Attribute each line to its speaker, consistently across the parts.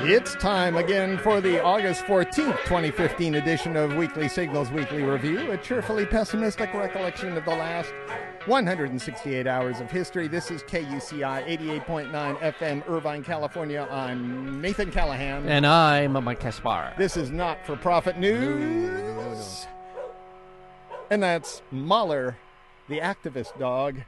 Speaker 1: It's time again for the August 14th, 2015 edition of Weekly Signals Weekly Review, a cheerfully pessimistic recollection of the last 168 hours of history. This is KUCI 88.9 FM, Irvine, California. I'm Nathan Callahan.
Speaker 2: And I'm Mike Kaspar.
Speaker 1: This is not for profit news. And that's Mahler, the activist dog.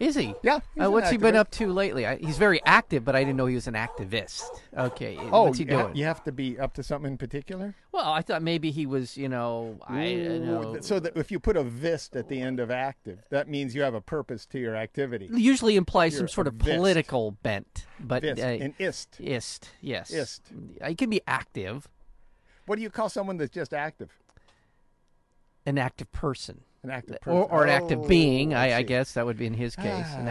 Speaker 2: Is he?
Speaker 1: Yeah, he's
Speaker 2: Uh,
Speaker 1: an
Speaker 2: what's he been
Speaker 1: activist.
Speaker 2: up to lately? I, he's very active, but I didn't know he was an activist. Okay. eh,
Speaker 1: Oh,
Speaker 2: what's he
Speaker 1: you ha-
Speaker 2: doing?
Speaker 1: you have to be up to something in particular?
Speaker 2: Well, I thought maybe he was, you know, I
Speaker 1: Ooh,
Speaker 2: don't know.
Speaker 1: th- So that if you put a vist at the end of active, that means you have a purpose to your activity.
Speaker 2: usually implies some
Speaker 1: You're
Speaker 2: sort
Speaker 1: a
Speaker 2: of
Speaker 1: vist.
Speaker 2: political bent, but
Speaker 1: Vist,
Speaker 2: uh,
Speaker 1: an ist.
Speaker 2: ist, yes,
Speaker 1: Ist.
Speaker 2: He can be active,
Speaker 1: What do you call someone that's just active?
Speaker 2: an active person.
Speaker 1: An active person.
Speaker 2: Or, or an active
Speaker 1: Oh,
Speaker 2: being, I, I
Speaker 1: see.
Speaker 2: guess that would be in his case, an
Speaker 1: Ah,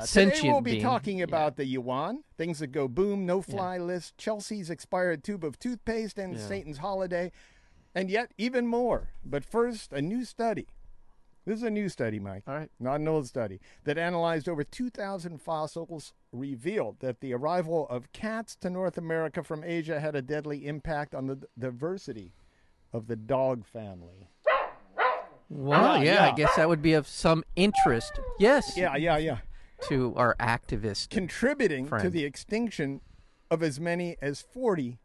Speaker 1: Today
Speaker 2: sentient
Speaker 1: we'll be
Speaker 2: being.
Speaker 1: talking
Speaker 2: Yeah.
Speaker 1: about the yuan, things that go boom, no fly list, Chelsea's expired tube of toothpaste, and Satan's holiday, and yet even more. But first, a new study. This is a new study, Mike.
Speaker 2: All right.
Speaker 1: Not an old study that analyzed over 2,000 fossils revealed that the arrival of cats to North America from Asia had a deadly impact on the d- diversity of the dog family.
Speaker 2: Well,
Speaker 1: Ah,
Speaker 2: yeah, I
Speaker 1: yeah.
Speaker 2: guess that would be of some interest. Yes,
Speaker 1: Yeah, yeah, yeah.
Speaker 2: to our activist.
Speaker 1: contributing to
Speaker 2: Friend.
Speaker 1: the extinction of as many as 40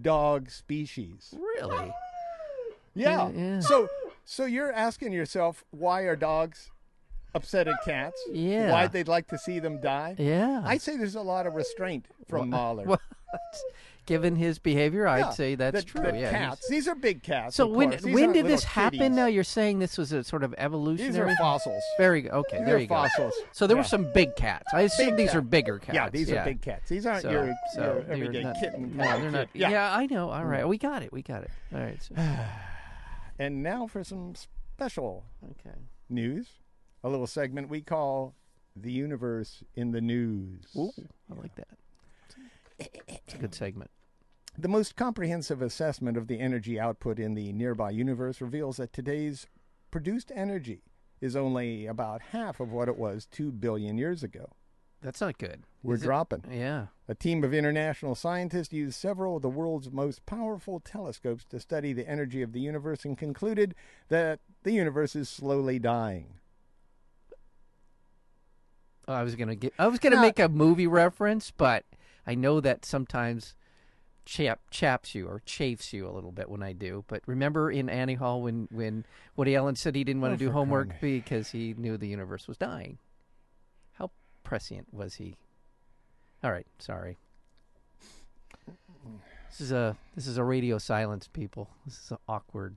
Speaker 1: dog species.
Speaker 2: really?
Speaker 1: Yeah.
Speaker 2: yeah.
Speaker 1: So so you're asking yourself why are dogs upset at cats?
Speaker 2: Yeah.
Speaker 1: Why they'd like to see them die?
Speaker 2: Yeah.
Speaker 1: I say there's a lot of restraint from Mahler.
Speaker 2: Well, given his behavior,
Speaker 1: Yeah,
Speaker 2: I'd say that's
Speaker 1: that-
Speaker 2: true.
Speaker 1: that
Speaker 2: yeah. he's-
Speaker 1: Cats. These are big cats.
Speaker 2: So
Speaker 1: of
Speaker 2: when
Speaker 1: course. These
Speaker 2: when
Speaker 1: aren't
Speaker 2: did this
Speaker 1: little
Speaker 2: happen?
Speaker 1: kitties.
Speaker 2: Now you're saying this was a sort of
Speaker 1: These are
Speaker 2: evolutionary.
Speaker 1: fossils.
Speaker 2: Very okay.
Speaker 1: These
Speaker 2: there
Speaker 1: are
Speaker 2: you
Speaker 1: fossils.
Speaker 2: go. So there
Speaker 1: Yeah.
Speaker 2: were some big cats. I assume
Speaker 1: Big
Speaker 2: these
Speaker 1: cat.
Speaker 2: are bigger cats.
Speaker 1: Yeah, these are big cats. These aren't
Speaker 2: So,
Speaker 1: your,
Speaker 2: so
Speaker 1: your
Speaker 2: they're
Speaker 1: everyday
Speaker 2: not-
Speaker 1: kitten.
Speaker 2: No,
Speaker 1: kind
Speaker 2: they're
Speaker 1: of
Speaker 2: not.
Speaker 1: kid.
Speaker 2: Yeah. I know. All right, we got it. We got it. All right. So,
Speaker 1: And now for some special
Speaker 2: okay.
Speaker 1: news, a little segment we call The Universe in the News.
Speaker 2: I like that. It's a good segment.
Speaker 1: The most comprehensive assessment of the energy output in the nearby universe reveals that today's produced energy is only about half of what it was 2 billion years ago.
Speaker 2: That's not good.
Speaker 1: We're dropping.
Speaker 2: Yeah.
Speaker 1: A team of international scientists used several of the world's most powerful telescopes to study the energy of the universe and concluded that the universe is slowly dying.
Speaker 2: Oh, I was gonna get. I was gonna
Speaker 1: No.
Speaker 2: make a movie reference, but I know that sometimes chap chaps you or chafes you a little bit when I do. But remember in Annie Hall when when Woody Allen said he didn't want
Speaker 1: Oh,
Speaker 2: to do
Speaker 1: for
Speaker 2: homework
Speaker 1: crying.
Speaker 2: because he knew the universe was dying. How prescient was he? All right, sorry. This is a this is a radio silence, people. This is an awkward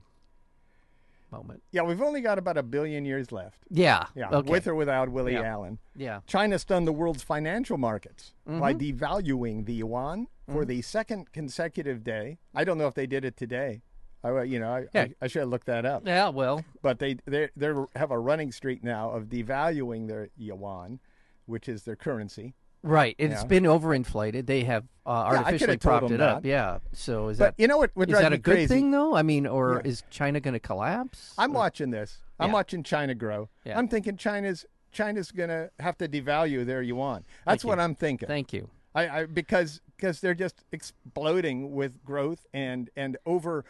Speaker 2: moment.
Speaker 1: Yeah, we've only got about a billion years left.
Speaker 2: Yeah.
Speaker 1: Yeah,
Speaker 2: Okay.
Speaker 1: with or without Willie
Speaker 2: Yeah.
Speaker 1: Allen.
Speaker 2: yeah.
Speaker 1: China stunned the world's financial markets by
Speaker 2: Mm-hmm.
Speaker 1: devaluing the yuan for the second consecutive day. I don't know if they did it today. I, uh, you know, I,
Speaker 2: Yeah.
Speaker 1: I, I should have looked that up.
Speaker 2: Yeah. Well.
Speaker 1: But they they they have a running streak now of devaluing their yuan, which is their currency.
Speaker 2: Right. It's
Speaker 1: Yeah.
Speaker 2: been overinflated. They have uh,
Speaker 1: coulda
Speaker 2: artificially
Speaker 1: told
Speaker 2: propped
Speaker 1: them
Speaker 2: it up.
Speaker 1: that.
Speaker 2: Yeah. So is
Speaker 1: But
Speaker 2: that
Speaker 1: you know what? What
Speaker 2: is
Speaker 1: drives
Speaker 2: that
Speaker 1: me
Speaker 2: a good
Speaker 1: crazy?
Speaker 2: thing though? I mean, or
Speaker 1: Yeah.
Speaker 2: is China going to collapse?
Speaker 1: I'm watching this. I'm
Speaker 2: Yeah.
Speaker 1: watching China grow.
Speaker 2: Yeah.
Speaker 1: I'm thinking China's China's gonna have to devalue their yuan. That's
Speaker 2: you.
Speaker 1: what I'm thinking.
Speaker 2: Thank you.
Speaker 1: I, I because because they're just exploding with growth and and over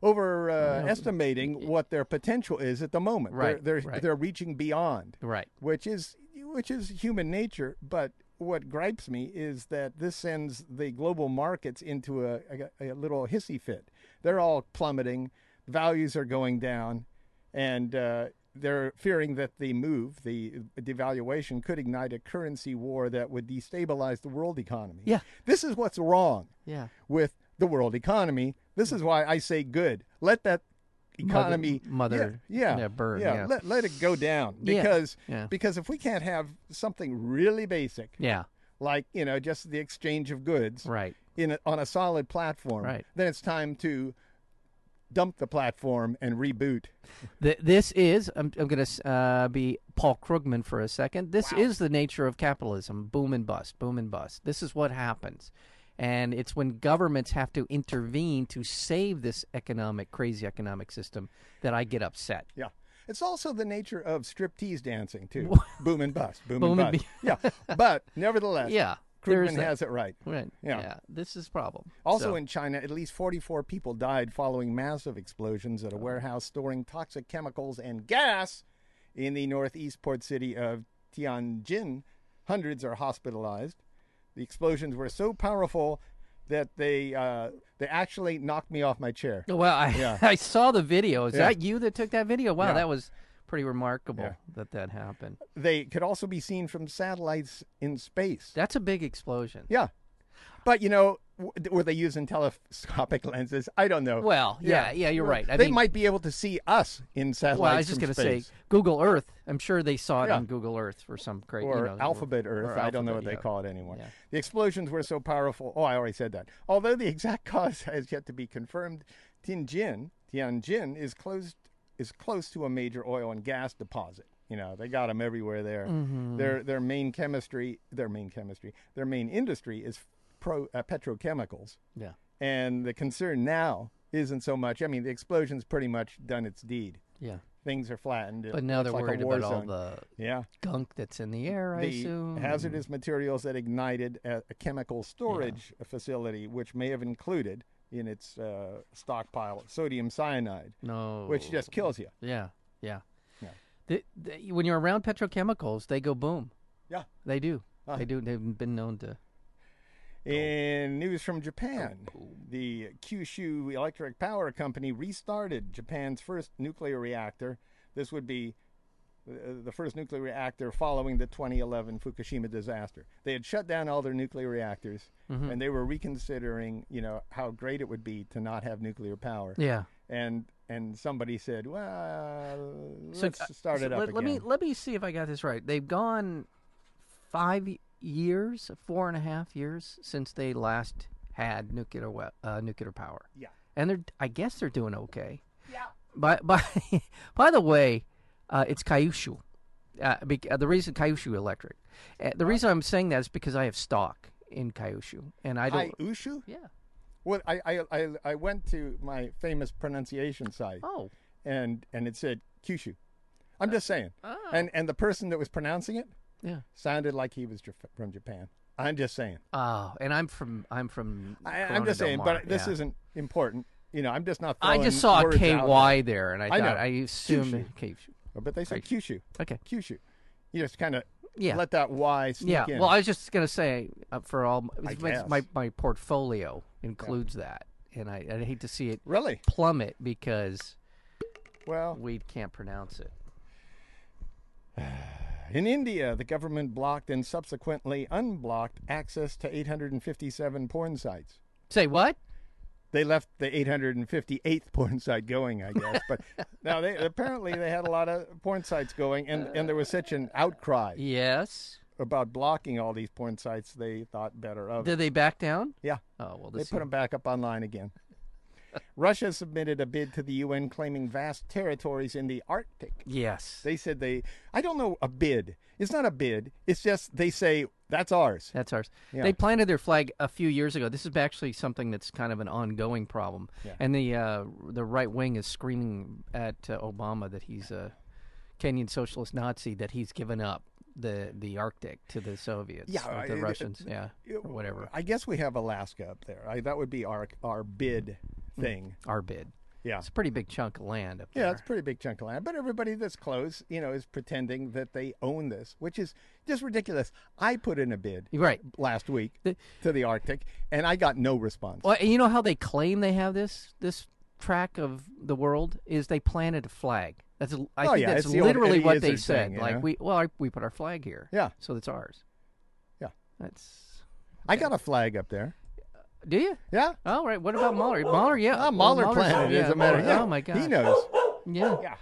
Speaker 1: over uh, estimating what their potential is at the moment.
Speaker 2: Right,
Speaker 1: They're they're,
Speaker 2: right.
Speaker 1: they're reaching beyond,
Speaker 2: Right.
Speaker 1: which is which is human nature. But what gripes me is that this sends the global markets into a, a, a little hissy fit. They're all plummeting, values are going down, and. Uh, they're fearing that the move, the devaluation, could ignite a currency war that would destabilize the world economy.
Speaker 2: Yeah.
Speaker 1: This is what's wrong
Speaker 2: Yeah.
Speaker 1: with the world economy. This is why I say good. Let that economy
Speaker 2: mother-
Speaker 1: yeah, yeah,
Speaker 2: yeah, burn, yeah.
Speaker 1: Let, let it go down
Speaker 2: Yeah,
Speaker 1: because
Speaker 2: yeah.
Speaker 1: because if we can't have something really basic
Speaker 2: Yeah.
Speaker 1: like you know just the exchange of goods
Speaker 2: Right.
Speaker 1: in a, on a solid platform,
Speaker 2: Right.
Speaker 1: then it's time to dump the platform and reboot.
Speaker 2: Th- this is. I'm, I'm going to uh, be Paul Krugman for a second. This is the nature of capitalism: boom and bust, boom and bust. This is what happens, and it's when governments have to intervene to save this economic, crazy economic system that I get upset.
Speaker 1: Yeah. It's also the nature of striptease dancing too.
Speaker 2: Wha-
Speaker 1: boom and bust, boom,
Speaker 2: Boom
Speaker 1: and
Speaker 2: and
Speaker 1: bust. yeah, but nevertheless,
Speaker 2: Yeah, there is
Speaker 1: Krugman
Speaker 2: that.
Speaker 1: has it right.
Speaker 2: Right.
Speaker 1: Yeah.
Speaker 2: Yeah. This is a problem.
Speaker 1: Also
Speaker 2: So-
Speaker 1: in China, at least 44 people died following massive explosions at a warehouse storing toxic chemicals and gas in the northeast port city of Tianjin. Hundreds are hospitalized. The explosions were so powerful that they uh, they actually knocked me off my chair.
Speaker 2: well, I,
Speaker 1: Yeah.
Speaker 2: I saw the video. Is
Speaker 1: Yeah.
Speaker 2: that you that took that video? Wow,
Speaker 1: Yeah.
Speaker 2: that was pretty remarkable
Speaker 1: Yeah.
Speaker 2: that that happened.
Speaker 1: They could also be seen from satellites in space.
Speaker 2: That's a big explosion.
Speaker 1: Yeah, but you know, w- were they using telescopic lenses? I don't know.
Speaker 2: Well, yeah, yeah, you're right. I
Speaker 1: they
Speaker 2: mean,
Speaker 1: might be able to see us in satellites.
Speaker 2: well, I was just
Speaker 1: from
Speaker 2: going to say
Speaker 1: space.
Speaker 2: Google Earth. I'm sure they saw it
Speaker 1: Yeah.
Speaker 2: on Google Earth for some crazy
Speaker 1: or
Speaker 2: you know,
Speaker 1: alphabet
Speaker 2: or
Speaker 1: Earth. I don't know what
Speaker 2: alphabet,
Speaker 1: they
Speaker 2: yeah.
Speaker 1: call it anymore.
Speaker 2: Yeah.
Speaker 1: The explosions were so powerful. Oh, I already said that. Although the exact cause has yet to be confirmed, Tianjin, Tianjin is closed is close to a major oil and gas deposit. You know, they got them everywhere there.
Speaker 2: Mm-hmm.
Speaker 1: Their their main chemistry, their main chemistry, their main industry is pro uh, petrochemicals.
Speaker 2: Yeah.
Speaker 1: And the concern now isn't so much. I mean, the explosion's pretty much done its deed.
Speaker 2: Yeah.
Speaker 1: Things are flattened. It
Speaker 2: But now
Speaker 1: looks
Speaker 2: they're
Speaker 1: like a
Speaker 2: worried
Speaker 1: war
Speaker 2: about all
Speaker 1: zone.
Speaker 2: the
Speaker 1: yeah
Speaker 2: gunk that's in the air, I
Speaker 1: the
Speaker 2: assume. and-
Speaker 1: hazardous materials that ignited at a chemical storage facility, which may have included in its uh, stockpile sodium cyanide,
Speaker 2: No.
Speaker 1: which just kills you.
Speaker 2: Yeah. Yeah.
Speaker 1: Yeah.
Speaker 2: The, the, when you're around petrochemicals, they go boom.
Speaker 1: Yeah.
Speaker 2: They do.
Speaker 1: Uh.
Speaker 2: They do. They've been known to.
Speaker 1: In news from Japan, the Kyushu Electric Power Company restarted Japan's first nuclear reactor. This would be uh, the first nuclear reactor following the 2011 Fukushima disaster. They had shut down all their nuclear reactors,
Speaker 2: Mm-hmm.
Speaker 1: and they were reconsidering, you know, how great it would be to not have nuclear power.
Speaker 2: Yeah.
Speaker 1: and and somebody said, "Well,
Speaker 2: So,
Speaker 1: let's
Speaker 2: uh,
Speaker 1: start
Speaker 2: so
Speaker 1: it up
Speaker 2: let,
Speaker 1: again."
Speaker 2: let me let me see if I got this right. They've gone five y- years, four and a half years since they last had nuclear we- uh, nuclear power,
Speaker 1: yeah,
Speaker 2: and they're I guess they're doing okay. By by by the way, uh, it's Kyushu. Uh, bec- uh, the reason Kyushu Electric. Uh, the reason I'm saying that is because I have stock in Kyushu, and I don't.
Speaker 1: Hi, Ushu.
Speaker 2: yeah.
Speaker 1: Well, I, I I I went to my famous pronunciation site,
Speaker 2: Oh.
Speaker 1: and and it said Kyushu. I'm just saying,
Speaker 2: oh.
Speaker 1: and and the person that was pronouncing it
Speaker 2: Yeah.
Speaker 1: sounded like he was Jaf- from Japan. I'm just saying.
Speaker 2: Oh, and I'm from I'm from.
Speaker 1: I, I'm
Speaker 2: Corona
Speaker 1: just
Speaker 2: Del
Speaker 1: saying,
Speaker 2: Mar,
Speaker 1: but this
Speaker 2: yeah.
Speaker 1: isn't important. You know, I'm just not.
Speaker 2: I
Speaker 1: throwing
Speaker 2: just saw a
Speaker 1: words out
Speaker 2: KY there, and I,
Speaker 1: I
Speaker 2: thought
Speaker 1: know.
Speaker 2: I assumed
Speaker 1: Kyushu.
Speaker 2: Kyushu.
Speaker 1: there. But they said Kyushu,
Speaker 2: Okay.
Speaker 1: Kyushu. You just kind of
Speaker 2: Yeah.
Speaker 1: let that Y sneak
Speaker 2: yeah.
Speaker 1: in.
Speaker 2: Well, I was just gonna say uh, for all my,
Speaker 1: guess.
Speaker 2: my my portfolio includes that, and I I hate to see it
Speaker 1: really?
Speaker 2: plummet because
Speaker 1: Well,
Speaker 2: we can't pronounce it.
Speaker 1: In India, the government blocked and subsequently unblocked access to 857 porn sites.
Speaker 2: Say what?
Speaker 1: They left the 858th porn site going, I guess. But now they apparently they had a lot of porn sites going, and, and there was such an outcry
Speaker 2: Yes.
Speaker 1: about blocking all these porn sites. They thought better of it.
Speaker 2: Did they back down?
Speaker 1: Yeah,
Speaker 2: Oh well,
Speaker 1: they
Speaker 2: this
Speaker 1: put them back up online again. Russia submitted a bid to the UN claiming vast territories in the Arctic.
Speaker 2: yes.
Speaker 1: They said they. I don't know a bid. It's not a bid. It's just they say that's ours.
Speaker 2: That's ours.
Speaker 1: Yeah.
Speaker 2: They planted their flag a few years ago. This is actually something that's kind of an ongoing problem. And the uh, the right wing is screaming at uh, Obama that he's a Kenyan socialist Nazi that he's given up the the Arctic to the Soviets,
Speaker 1: Yeah,
Speaker 2: or the
Speaker 1: I- it-
Speaker 2: Russians, yeah,
Speaker 1: it-
Speaker 2: or whatever.
Speaker 1: I guess we have Alaska up there. I, that would be our our bid thing.
Speaker 2: Our bid.
Speaker 1: uh, Yeah.
Speaker 2: It's a pretty big chunk of land up there.
Speaker 1: Yeah, it's a pretty big chunk of land, but everybody that's close, you know, is pretending that they own this, which is just ridiculous. I put in a bid
Speaker 2: You're right.
Speaker 1: last week
Speaker 2: The-
Speaker 1: to the Arctic, and I got no response.
Speaker 2: Well, and you know how they claim they have this this track of the world is they planted a flag. That's l- I
Speaker 1: Oh,
Speaker 2: think
Speaker 1: yeah,
Speaker 2: that's
Speaker 1: it's the old
Speaker 2: literally
Speaker 1: Eddie
Speaker 2: what they
Speaker 1: Izzard
Speaker 2: said.
Speaker 1: thing, you
Speaker 2: like
Speaker 1: know?
Speaker 2: we well I, we put our flag here.
Speaker 1: Yeah.
Speaker 2: so it's ours.
Speaker 1: Yeah.
Speaker 2: that's
Speaker 1: I got a flag up there.
Speaker 2: do you?
Speaker 1: Yeah,
Speaker 2: All right. What about Mahler? Mahler, yeah.
Speaker 1: ah,
Speaker 2: Well,
Speaker 1: Mahler
Speaker 2: Mahler's-
Speaker 1: planted.
Speaker 2: yeah,
Speaker 1: as a matter.
Speaker 2: Mahler.
Speaker 1: yeah,
Speaker 2: Oh my
Speaker 1: he
Speaker 2: god.
Speaker 1: knows.
Speaker 2: Yeah.
Speaker 1: Yeah, he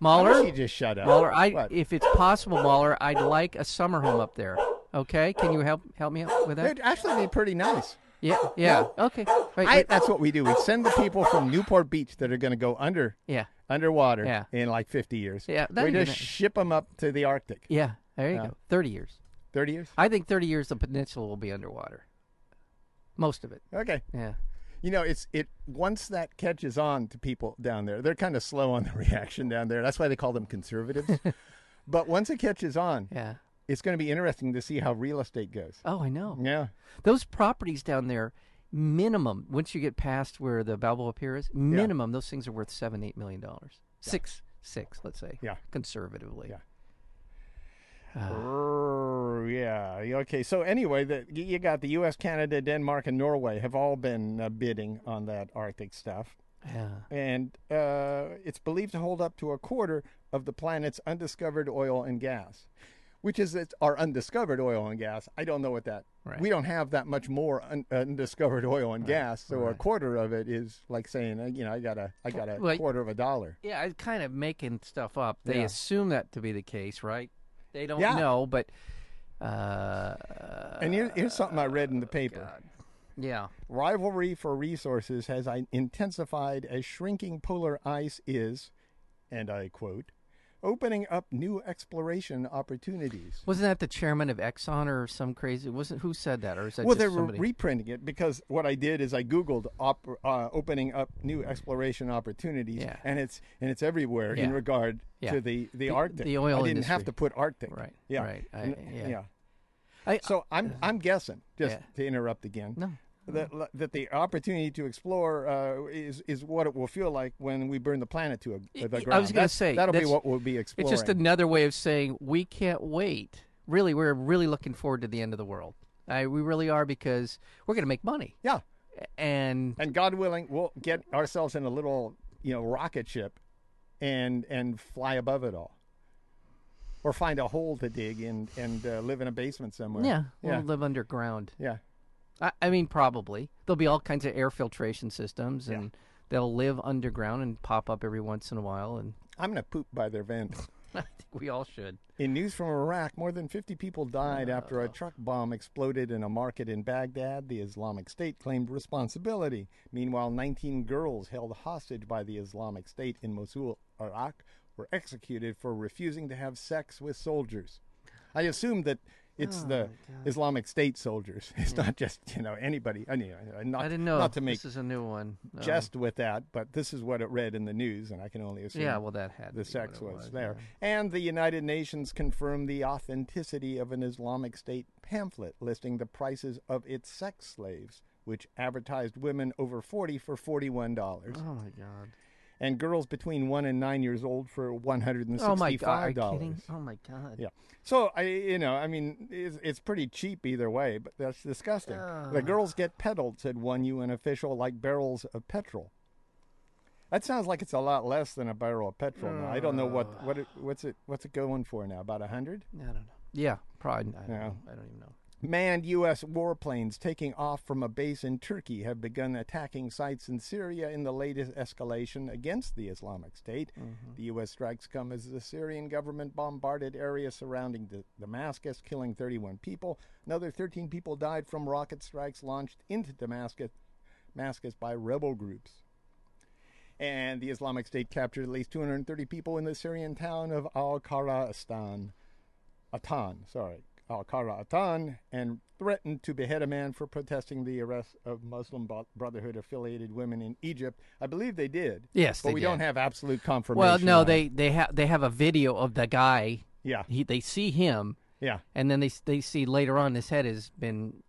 Speaker 2: Mahler.
Speaker 1: just shut up.
Speaker 2: Mahler. I
Speaker 1: What?
Speaker 2: if it's possible, Mahler, I'd like a summer home up there. Okay, can you help help me out with that?
Speaker 1: It'd actually be pretty nice.
Speaker 2: Yeah, yeah. Okay. Wait,
Speaker 1: I,
Speaker 2: wait.
Speaker 1: that's what we do. We send the people from Newport Beach that are going to go under
Speaker 2: yeah,
Speaker 1: underwater
Speaker 2: Yeah.
Speaker 1: in like 50 years.
Speaker 2: Yeah, that'd
Speaker 1: we
Speaker 2: be
Speaker 1: just
Speaker 2: nice.
Speaker 1: ship them up to the Arctic.
Speaker 2: yeah. There you
Speaker 1: Yeah.
Speaker 2: go. Thirty years.
Speaker 1: 30 years?
Speaker 2: I think 30 years the peninsula will be underwater. Most of it.
Speaker 1: Okay.
Speaker 2: Yeah.
Speaker 1: you know, it's it once that catches on to people down there, they're kind of slow on the reaction down there. That's why they call them conservatives. but once it catches on,
Speaker 2: Yeah.
Speaker 1: it's going to be interesting to see how real estate goes.
Speaker 2: Oh, I know.
Speaker 1: Yeah,
Speaker 2: Those properties down there, minimum, once you get past where the Balboa Pier is, minimum, those things are worth seven, eight million dollars. Six, six, let's say.
Speaker 1: Yeah.
Speaker 2: Conservatively.
Speaker 1: Yeah. Brrr, yeah. yeah, Okay. So anyway, the, y- you got the U.S., Canada, Denmark, and Norway have all been uh, bidding on that Arctic stuff,
Speaker 2: Yeah.
Speaker 1: and uh, it's believed to hold up to a quarter of the planet's undiscovered oil and gas, which is it's our undiscovered oil and gas. I don't know what that.
Speaker 2: Right.
Speaker 1: We don't have that much more un- undiscovered oil and gas, so a
Speaker 2: right.
Speaker 1: quarter of it is like saying, uh, you know, I got a, I got a
Speaker 2: Well,
Speaker 1: quarter of a dollar.
Speaker 2: Yeah, I kind of making stuff up. They
Speaker 1: Yeah.
Speaker 2: assume that to be the case, right? They don't
Speaker 1: Yeah.
Speaker 2: know, but uh,
Speaker 1: And here, here's something I read
Speaker 2: Oh,
Speaker 1: in the paper.
Speaker 2: yeah,
Speaker 1: Rivalry for resources has i- intensified as shrinking polar ice is, and I quote, opening up new exploration opportunities.
Speaker 2: wasn't that the chairman of Exxon or some crazy? Wasn't who said that, or is that
Speaker 1: Well,
Speaker 2: just
Speaker 1: they were
Speaker 2: somebody?
Speaker 1: reprinting it because what I did is I Googled op- uh, opening up new exploration opportunities,
Speaker 2: Yeah.
Speaker 1: and it's and it's everywhere in
Speaker 2: Yeah.
Speaker 1: regard
Speaker 2: Yeah.
Speaker 1: to the, the
Speaker 2: The-
Speaker 1: Arctic.
Speaker 2: the oil
Speaker 1: I didn't have
Speaker 2: industry.
Speaker 1: to put Arctic.
Speaker 2: Right,
Speaker 1: Yeah.
Speaker 2: right. I-
Speaker 1: N-
Speaker 2: yeah. I- uh,
Speaker 1: so I'm I'm guessing just
Speaker 2: Yeah.
Speaker 1: to interrupt again.
Speaker 2: no,
Speaker 1: that that the opportunity to explore uh, is is what it will feel like when we burn the planet to a, the
Speaker 2: I was
Speaker 1: ground.
Speaker 2: gonna
Speaker 1: That's-
Speaker 2: say,
Speaker 1: that'll be
Speaker 2: that's-
Speaker 1: what we'll be
Speaker 2: it's
Speaker 1: exploring.
Speaker 2: just another way of saying we can't wait. Really, we're really looking forward to the end of the world. I, we really are because we're going to make money,
Speaker 1: yeah,
Speaker 2: and
Speaker 1: and God willing, we'll get ourselves in a little you know rocket ship, and and fly above it all, or find a hole to dig in and uh, live in a basement somewhere.
Speaker 2: yeah, we'll
Speaker 1: yeah,
Speaker 2: live underground.
Speaker 1: yeah.
Speaker 2: I, I mean, probably there'll be all kinds of air filtration systems, and they'll live underground and pop up every once in a while. And
Speaker 1: I'm gonna poop by their vent.
Speaker 2: I think we all should.
Speaker 1: In news from Iraq, more than 50 people died after a truck bomb exploded in a market in Baghdad. The Islamic State claimed responsibility. Meanwhile, 19 girls held hostage by the Islamic State in Mosul, Iraq, were executed for refusing to have sex with soldiers. I assume that
Speaker 2: Oh
Speaker 1: it's the Islamic State soldiers. It's not just, you know, anybody. I, mean, uh, not,
Speaker 2: Hmm. I didn't know.
Speaker 1: Not to make
Speaker 2: this is a new one. Oh. No.
Speaker 1: jest with that, but this is what it read in the news, and I can only assume
Speaker 2: yeah. Well, that had
Speaker 1: the
Speaker 2: to be what
Speaker 1: sex
Speaker 2: it
Speaker 1: was there. And the United Nations confirmed the authenticity of an Islamic State pamphlet listing the prices of its sex slaves, which advertised women over 40 for $41
Speaker 2: Oh my god.
Speaker 1: and girls between 1 and 9 years old for $165.
Speaker 2: Oh my god. Are you kidding? Oh my god.
Speaker 1: Yeah. So I, you know, I mean, it's, it's pretty cheap either way, but that's disgusting. The girls get peddled, said one UN official, like barrels of petrol. That sounds like it's a lot less than a barrel of petrol. now I don't know what what it, what's it what's it going for now? About a hundred?
Speaker 2: I don't know. Yeah. Probably. I don't,
Speaker 1: Yeah.
Speaker 2: know. I don't even know.
Speaker 1: Manned U.S. warplanes taking off from a base in Turkey have begun attacking sites in Syria in the latest escalation against the Islamic State. The U.S. strikes come as the Syrian government bombarded areas surrounding D- Damascus, killing 31 people. Another 13 people died from rocket strikes launched into Damascus, Damascus by rebel groups. And the Islamic State captured at least 230 people in the Syrian town of Al Karaistan. Atan, sorry, Al Qara Atan, and threatened to behead a man for protesting the arrest of Muslim Bo- Brotherhood affiliated women in Egypt. I believe they did.
Speaker 2: Yes,
Speaker 1: but
Speaker 2: they
Speaker 1: we don't
Speaker 2: did.
Speaker 1: have absolute confirmation.
Speaker 2: Well, no.
Speaker 1: on it.
Speaker 2: They they have they have a video of the guy.
Speaker 1: Yeah,
Speaker 2: He they see him,
Speaker 1: yeah,
Speaker 2: and then they s- they see later on his head has been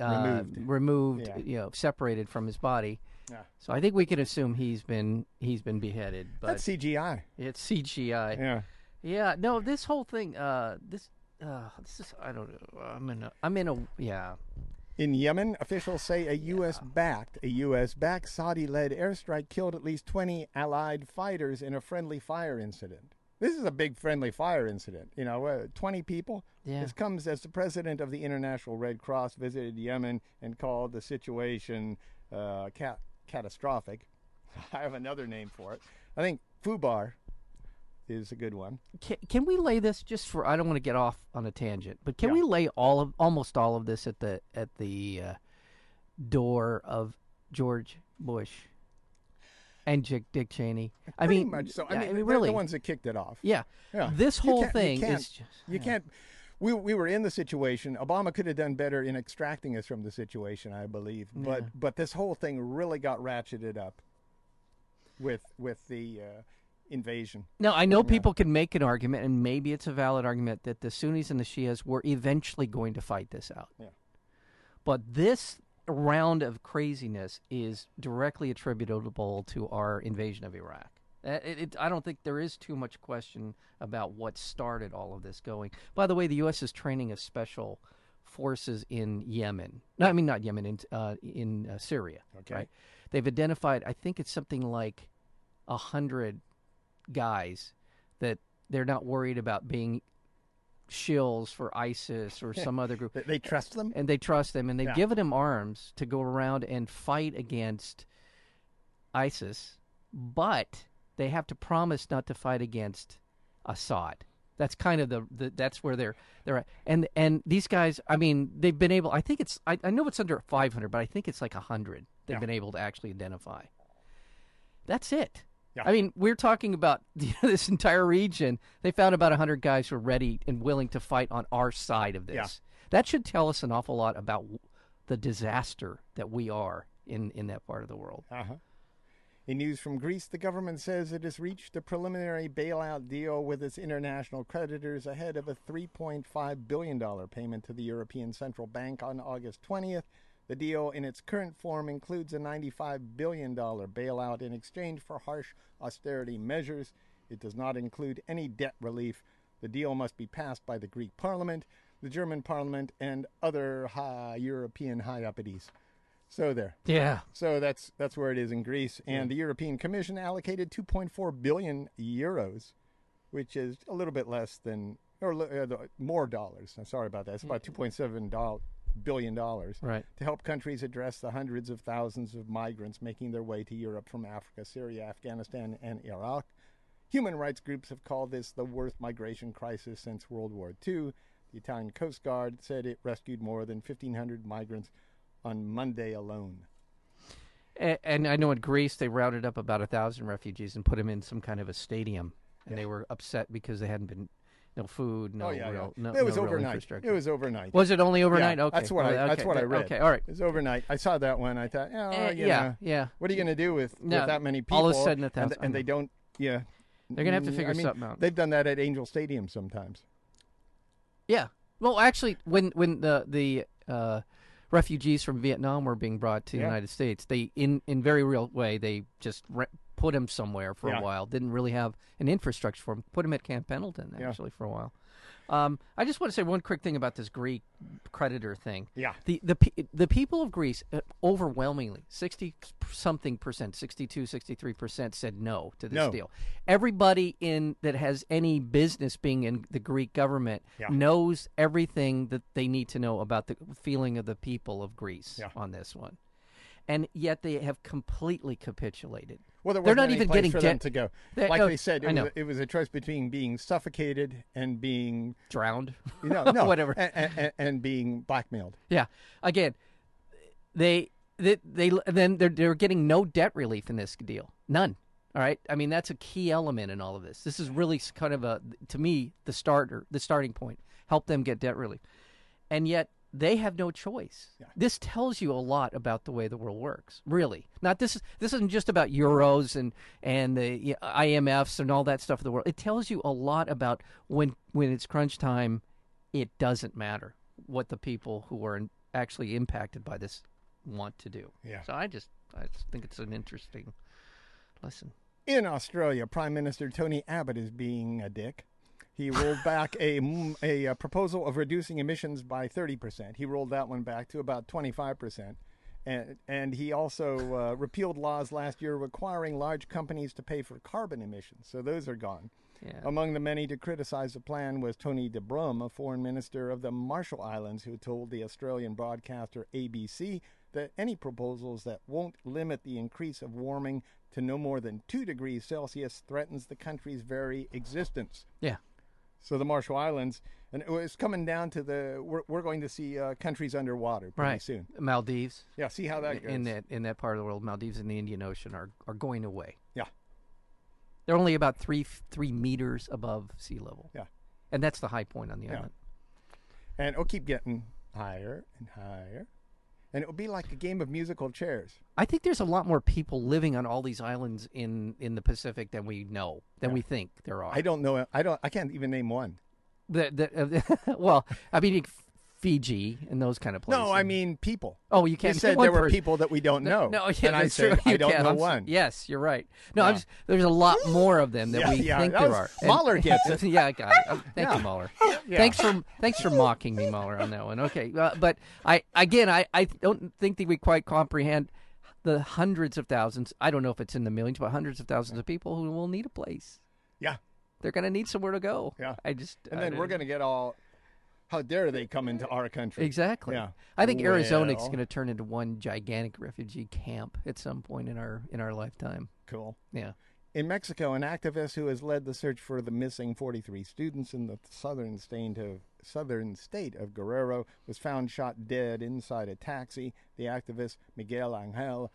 Speaker 2: uh,
Speaker 1: Removed.
Speaker 2: removed
Speaker 1: Yeah.
Speaker 2: you know, separated from his body.
Speaker 1: yeah.
Speaker 2: So I think we can assume he's been he's been beheaded, but
Speaker 1: That's CGI.
Speaker 2: it's CGI. Yeah.
Speaker 1: Yeah,
Speaker 2: no, this whole thing, uh, this, uh, this is I don't know. I'm in a, I'm in a, yeah,
Speaker 1: In Yemen, officials say a U.S. backed, a U.S. backed Saudi led airstrike killed at least 20 allied fighters in a friendly fire incident. This is a big friendly fire incident. You know, uh, 20 people.
Speaker 2: Yeah.
Speaker 1: This comes as the president of the International Red Cross visited Yemen and called the situation uh, cat- catastrophic. I have another name for it. I think FUBAR is a good one.
Speaker 2: can, can we lay this just for I don't want to get off on a tangent, but can we lay all of almost all of this at the at the uh, door of George Bush and Dick, Dick Cheney? I
Speaker 1: Pretty
Speaker 2: mean,
Speaker 1: much so.
Speaker 2: yeah,
Speaker 1: I mean, they're
Speaker 2: really,
Speaker 1: the ones that kicked it off.
Speaker 2: yeah.
Speaker 1: Yeah.
Speaker 2: This
Speaker 1: You
Speaker 2: whole
Speaker 1: can't- you
Speaker 2: thing
Speaker 1: can't-
Speaker 2: is just
Speaker 1: You can't. we we were in the situation. Obama could have done better in extracting us from the situation, I believe. But but this whole thing really got ratcheted up with with the uh, invasion.
Speaker 2: Now, I know people can make an argument, and maybe it's a valid argument, that the Sunnis and the Shias were eventually going to fight this out.
Speaker 1: Yeah.
Speaker 2: But this round of craziness is directly attributable to our invasion of Iraq. Uh, It, it, I don't think there is too much question about what started all of this going. By the way, the U.S. is training a special forces in Yemen. No, I mean not Yemen in uh, in uh, Syria.
Speaker 1: Okay.
Speaker 2: right? They've identified. I think it's something like a hundred guys that they're not worried about being shills for ISIS or some other group
Speaker 1: They, they trust them.
Speaker 2: and they trust them, and they've
Speaker 1: Yeah.
Speaker 2: given him arms to go around and fight against ISIS, but they have to promise not to fight against Assad. That's kind of the, the that's where they're they're at. and and these guys. I mean, they've been able. I think it's I, I know it's under five hundred, but I think it's like hundred. They've
Speaker 1: Yeah.
Speaker 2: been able to actually identify. That's it.
Speaker 1: Yeah.
Speaker 2: I mean, we're talking about this entire region. They found about 100 guys who are ready and willing to fight on our side of this.
Speaker 1: Yeah.
Speaker 2: That should tell us an awful lot about w- the disaster that we are in, in that part of the world.
Speaker 1: Uh-huh. In news from Greece, the government says it has reached a preliminary bailout deal with its international creditors ahead of a $3.5 billion payment to the European Central Bank on August 20th. The deal, in its current form, includes a $95 billion bailout in exchange for harsh austerity measures. It does not include any debt relief. The deal must be passed by the Greek parliament, the German parliament, and other high European high uppities. So there.
Speaker 2: Yeah.
Speaker 1: So that's that's where it is in Greece, and the European Commission allocated 2.4 billion euros, which is a little bit less than or li- uh, the- more dollars. I'm sorry about that. It's about 2.7 doll- billion dollars
Speaker 2: Right.
Speaker 1: to help countries address the hundreds of thousands of migrants making their way to Europe from Africa, Syria, Afghanistan, and Iraq. Human rights groups have called this the worst migration crisis since World War II. The Italian Coast Guard said it rescued more than 1,500 migrants on Monday alone.
Speaker 2: And, and I know in Greece, they rounded up about a 1,000 refugees and put them in some kind of a stadium. And they were upset because they hadn't been, no food, no
Speaker 1: Oh yeah,
Speaker 2: real,
Speaker 1: yeah.
Speaker 2: no,
Speaker 1: it was
Speaker 2: no real
Speaker 1: overnight.
Speaker 2: infrastructure.
Speaker 1: It was overnight.
Speaker 2: Was it only
Speaker 1: Yeah,
Speaker 2: overnight? okay.
Speaker 1: That's what
Speaker 2: Well,
Speaker 1: I. That's
Speaker 2: okay,
Speaker 1: what I
Speaker 2: th-
Speaker 1: read.
Speaker 2: Okay. All right.
Speaker 1: It was overnight. I saw that one. I thought, oh,
Speaker 2: Eh,
Speaker 1: you
Speaker 2: yeah.
Speaker 1: know,
Speaker 2: Yeah.
Speaker 1: What are you going to do with,
Speaker 2: No,
Speaker 1: with that many people?
Speaker 2: all of a sudden a
Speaker 1: and,
Speaker 2: thousand- I
Speaker 1: and they don't. Yeah.
Speaker 2: They're gonna have to
Speaker 1: Mm,
Speaker 2: figure
Speaker 1: I mean,
Speaker 2: something out.
Speaker 1: They've done that at Angel Stadium sometimes.
Speaker 2: Yeah. Well, actually, when when the the uh, refugees from Vietnam were being brought to the
Speaker 1: Yeah.
Speaker 2: United States, they in in very real way they just re- put them somewhere for
Speaker 1: Yeah.
Speaker 2: a while. Didn't really have an infrastructure for them. Put them at Camp Pendleton
Speaker 1: Yeah.
Speaker 2: actually for a while. Um, I just want to say one quick thing about this Greek creditor thing.
Speaker 1: Yeah.
Speaker 2: The the pe- the people of Greece uh, overwhelmingly 60 something percent, 62, 63% said no to this
Speaker 1: No.
Speaker 2: deal. Everybody in that has any business being in the Greek government
Speaker 1: Yeah.
Speaker 2: knows everything that they need to know about the feeling of the people of Greece
Speaker 1: Yeah.
Speaker 2: on this one. And yet they have completely capitulated.
Speaker 1: Well, there
Speaker 2: They're
Speaker 1: wasn't
Speaker 2: not
Speaker 1: any
Speaker 2: even
Speaker 1: place
Speaker 2: getting
Speaker 1: for them
Speaker 2: jet-
Speaker 1: to go.
Speaker 2: They-
Speaker 1: like
Speaker 2: no,
Speaker 1: they said,
Speaker 2: I
Speaker 1: it
Speaker 2: know.
Speaker 1: was, a, it was a choice between being suffocated and being
Speaker 2: Drowned.
Speaker 1: no, no
Speaker 2: Whatever.
Speaker 1: and, and, and being blackmailed.
Speaker 2: Yeah. Again, they they, they then they're they're getting no debt relief in this deal. None. All right. I mean, that's a key element in all of this. This is really s- kind of a to me the starter, the starting point. Help them get debt relief, and yet they have no choice. This tells you a lot about the way the world works. Really, not this. is This isn't just about euros and and the you know, IMFs and all that stuff of the world. It tells you a lot about when when it's crunch time it doesn't matter what the people who are in, actually impacted by this want to do.
Speaker 1: Yeah.
Speaker 2: So I just I just think it's an interesting lesson.
Speaker 1: In Australia, Prime Minister Tony Abbott is being a dick. He rolled back a, m- a, uh, proposal of reducing emissions by 30%. He rolled that one back to about 25%. And, and he also uh, repealed laws last year requiring large companies to pay for carbon emissions. So those are gone.
Speaker 2: Yeah.
Speaker 1: Among the many to criticize the plan was Tony de Brum, a foreign minister of the Marshall Islands, who told the Australian broadcaster ABC that any proposals that won't limit the increase of warming to no more than 2 degrees Celsius threatens the country's very existence.
Speaker 2: Yeah.
Speaker 1: So the Marshall Islands, and it was coming down to the, we're, we're going to see uh, countries underwater pretty
Speaker 2: Right.
Speaker 1: soon.
Speaker 2: Maldives
Speaker 1: Yeah, see how that goes.
Speaker 2: in that in that part of the world, Maldives and the Indian Ocean are are going away.
Speaker 1: Yeah,
Speaker 2: They're only about three three meters above sea level,
Speaker 1: yeah.
Speaker 2: and that's the high point on the island.
Speaker 1: and it'll keep getting higher and higher, and it'll be like a game of musical chairs.
Speaker 2: I think there's a lot more people living on all these islands in in the Pacific than we know than we think there are.
Speaker 1: I don't know. I don't. I can't even name one.
Speaker 2: The, the, uh, well, I mean F- Fiji and those kind of places.
Speaker 1: No, I mean people.
Speaker 2: Oh, you
Speaker 1: He
Speaker 2: can't.
Speaker 1: said
Speaker 2: one
Speaker 1: there were
Speaker 2: person-
Speaker 1: people that we don't know.
Speaker 2: No, yeah,
Speaker 1: and I
Speaker 2: that's
Speaker 1: said
Speaker 2: true. You
Speaker 1: I don't
Speaker 2: can't.
Speaker 1: know
Speaker 2: I'm s-
Speaker 1: one.
Speaker 2: Yes, you're right. No, I'm just, there's a lot more of them that
Speaker 1: Yeah,
Speaker 2: we
Speaker 1: yeah,
Speaker 2: think
Speaker 1: that
Speaker 2: there
Speaker 1: was-
Speaker 2: are.
Speaker 1: Mahler gets it.
Speaker 2: yeah, I got it. Oh, thank
Speaker 1: Yeah.
Speaker 2: you, Mahler.
Speaker 1: Yeah.
Speaker 2: Thanks for thanks for mocking me, Mahler, on that one. Okay, uh, but I again, I, I don't think that we quite comprehend the hundreds of thousands. I don't know if it's in the millions, but hundreds of thousands of people who will need a place.
Speaker 1: Yeah,
Speaker 2: They're going to need somewhere to go.
Speaker 1: Yeah.
Speaker 2: I just
Speaker 1: and then we're gonna get all. How dare they come into our country?
Speaker 2: Exactly.
Speaker 1: Yeah.
Speaker 2: I think Arizona's
Speaker 1: Well.
Speaker 2: going to turn into one gigantic refugee camp at some point in our in our lifetime.
Speaker 1: Cool.
Speaker 2: Yeah.
Speaker 1: In Mexico, an activist who has led the search for the missing 43 students in the southern state of, southern state of Guerrero was found shot dead inside a taxi. The activist Miguel Angel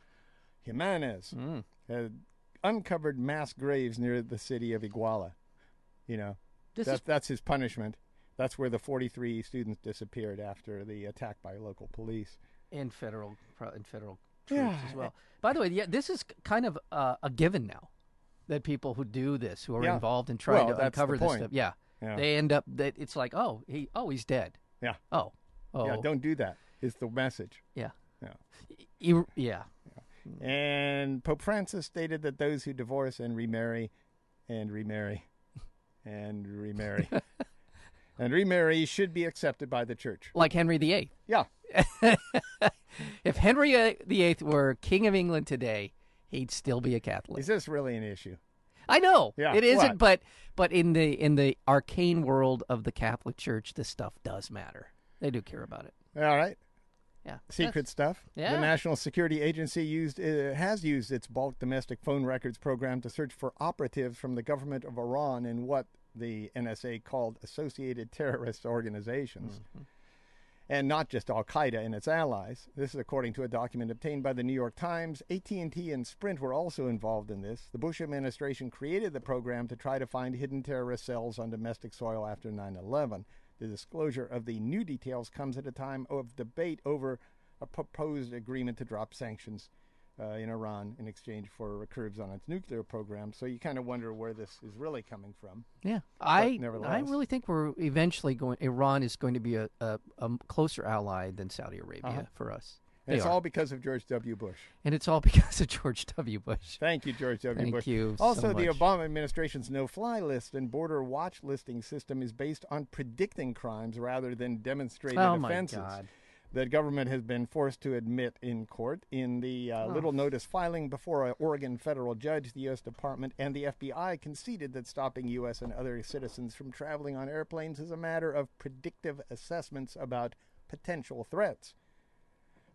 Speaker 1: Jimenez
Speaker 2: Hmm.
Speaker 1: had uncovered mass graves near the city of Iguala. You know,
Speaker 2: This
Speaker 1: that,
Speaker 2: is
Speaker 1: that's his punishment. That's where the 43 students disappeared after the attack by local police.
Speaker 2: and federal pro- and federal troops
Speaker 1: Yeah. Eh.
Speaker 2: as well. By the way, yeah, this is kind of uh, a given now that people who do this, who are
Speaker 1: Yeah.
Speaker 2: involved in trying
Speaker 1: Well,
Speaker 2: to
Speaker 1: that's the
Speaker 2: uncover this
Speaker 1: point.
Speaker 2: stuff, yeah,
Speaker 1: Yeah.
Speaker 2: they end up that it's like, oh, he, oh, he's dead.
Speaker 1: Yeah.
Speaker 2: Oh, oh,
Speaker 1: Yeah, don't do that, is the message.
Speaker 2: yeah,
Speaker 1: Yeah.
Speaker 2: You- yeah.
Speaker 1: And Pope Francis stated that those who divorce and remarry and remarry and remarry and remarry should be accepted by the church.
Speaker 2: Like Henry VIII.
Speaker 1: Yeah.
Speaker 2: If Henry uh, VIII were king of England today, he'd still be a Catholic.
Speaker 1: Is this really an issue?
Speaker 2: I know
Speaker 1: Yeah,
Speaker 2: it isn't,
Speaker 1: what?
Speaker 2: but but in the in the arcane world of the Catholic Church, this stuff does matter. They do care about it.
Speaker 1: All right.
Speaker 2: Yeah.
Speaker 1: Secret stuff.
Speaker 2: yeah.
Speaker 1: The National Security Agency used uh, has used its bulk domestic phone records program to search for operatives from the government of Iran in what the NSA called associated terrorist organizations. and not just Al Qaeda and its allies. This is according to a document obtained by the New York Times. AT&T and Sprint were also involved in this. The Bush administration created the program to try to find hidden terrorist cells on domestic soil after 9/11. The disclosure of the new details comes at a time of debate over a proposed agreement to drop sanctions uh, in Iran in exchange for curbs on its nuclear program. So you kind of wonder where this is really coming from.
Speaker 2: Yeah, I I
Speaker 1: nevertheless-
Speaker 2: really think we're eventually going. Iran is going to be a, a, a closer ally than Saudi Arabia for us.
Speaker 1: And Uh-huh.
Speaker 2: They
Speaker 1: it's
Speaker 2: are.
Speaker 1: all because of George W. Bush.
Speaker 2: and it's all because of George W. Bush.
Speaker 1: Thank you, George W.
Speaker 2: Thank
Speaker 1: Bush.
Speaker 2: you so
Speaker 1: also, the
Speaker 2: much.
Speaker 1: Obama administration's no fly list and border watch listing system is based on predicting crimes rather than demonstrated
Speaker 2: Oh, my
Speaker 1: offenses.
Speaker 2: God.
Speaker 1: The government has been forced to admit in court in the
Speaker 2: Oh.
Speaker 1: uh, little notice filing before an Oregon federal judge, the U.S. Department, and the FBI conceded that stopping U.S. and other citizens from traveling on airplanes is a matter of predictive assessments about potential threats.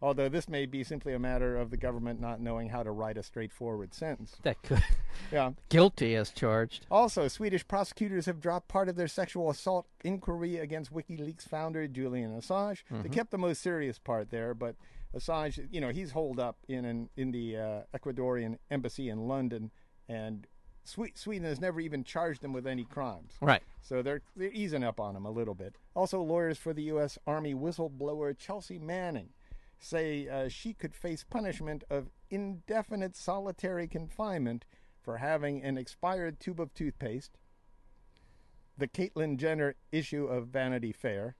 Speaker 1: Although this may be simply a matter of the government not knowing how to write a straightforward sentence.
Speaker 2: That could
Speaker 1: Yeah.
Speaker 2: guilty as charged.
Speaker 1: Also, Swedish prosecutors have dropped part of their sexual assault inquiry against WikiLeaks founder Julian Assange. They kept the most serious part there, but Assange, you know, he's holed up in an, in the uh, Ecuadorian embassy in London, and Swe- Sweden has never even charged him with any crimes.
Speaker 2: Right.
Speaker 1: So they're they're easing up on him a little bit. Also, lawyers for the U.S. Army whistleblower Chelsea Manning say uh, she could face punishment of indefinite solitary confinement for having an expired tube of toothpaste, the Caitlyn Jenner issue of Vanity Fair,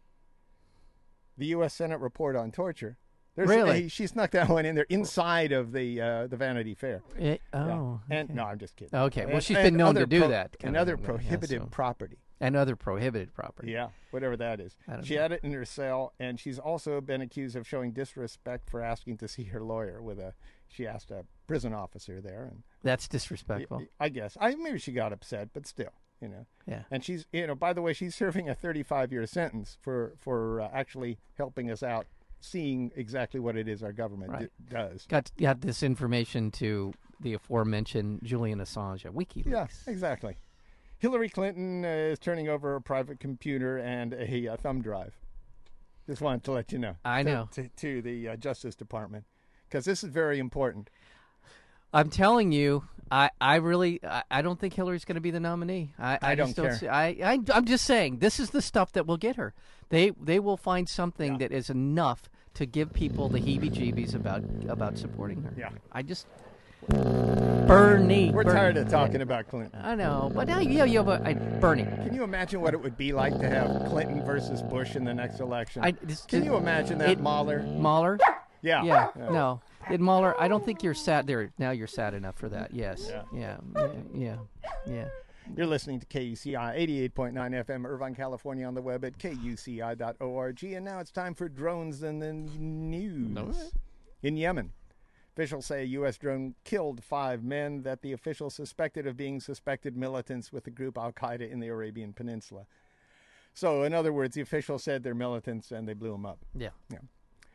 Speaker 1: the U.S. Senate report on torture. There's,
Speaker 2: Really?
Speaker 1: uh, she snuck that one in there inside of the uh, the Vanity Fair.
Speaker 2: Eh, oh,
Speaker 1: Yeah. And no, I'm just kidding.
Speaker 2: Okay, well,
Speaker 1: And-
Speaker 2: she's
Speaker 1: and
Speaker 2: been known
Speaker 1: other
Speaker 2: to do
Speaker 1: pro-
Speaker 2: that kind
Speaker 1: And
Speaker 2: of
Speaker 1: other
Speaker 2: thing, yeah,
Speaker 1: prohibited
Speaker 2: so-
Speaker 1: property.
Speaker 2: and other prohibited property.
Speaker 1: Yeah, whatever that is.
Speaker 2: don't
Speaker 1: She had it in her cell, and she's also been accused of showing disrespect for asking to see her lawyer with a. She asked a prison officer there, and
Speaker 2: That's disrespectful.
Speaker 1: I guess I maybe she got upset, but still, you know.
Speaker 2: Oh. Yeah.
Speaker 1: And she's, you know, by the way, she's serving a 35-year sentence for for uh, actually helping us out, seeing exactly what it is our government
Speaker 2: Right.
Speaker 1: d- does.
Speaker 2: Got got this information to the aforementioned Julian Assange at WikiLeaks.
Speaker 1: Yeah, exactly. Hillary Clinton uh, is turning over a private computer and a, uh thumb drive. Just wanted to let you know.
Speaker 2: I
Speaker 1: To-
Speaker 2: know.
Speaker 1: To, to the uh, Justice Department. Because this is very important.
Speaker 2: I'm telling you, I, I really I, I don't think Hillary's going to be the nominee. I, I,
Speaker 1: I
Speaker 2: just
Speaker 1: don't care.
Speaker 2: don't see, I, I I'm just saying this is the stuff that will get her. They they will find something that is enough to give people the heebie-jeebies about about supporting her.
Speaker 1: Yeah.
Speaker 2: I just Bernie.
Speaker 1: We're
Speaker 2: Bernie.
Speaker 1: tired of talking about Clinton.
Speaker 2: I know, but now you you have a I, Bernie.
Speaker 1: Can you imagine what it would be like to have Clinton versus Bush in the next election?
Speaker 2: I, this,
Speaker 1: Can you imagine that,
Speaker 2: it-
Speaker 1: Mahler?
Speaker 2: Mahler?
Speaker 1: Yeah.
Speaker 2: Yeah. No. It Mahler, I don't think you're sad there. Now you're sad enough for that. Yes. Yeah. Yeah. Yeah. yeah.
Speaker 1: You're listening to KUCI 88.9 FM, Irvine, California, on the web at kuci.org. And now it's time for drones and the news. In Yemen, officials say a U.S. drone killed five men that the officials suspected of being suspected militants with the group Al Qaeda in the Arabian Peninsula. So, in other words, the officials said they're militants and they blew them up.
Speaker 2: Yeah.
Speaker 1: Yeah.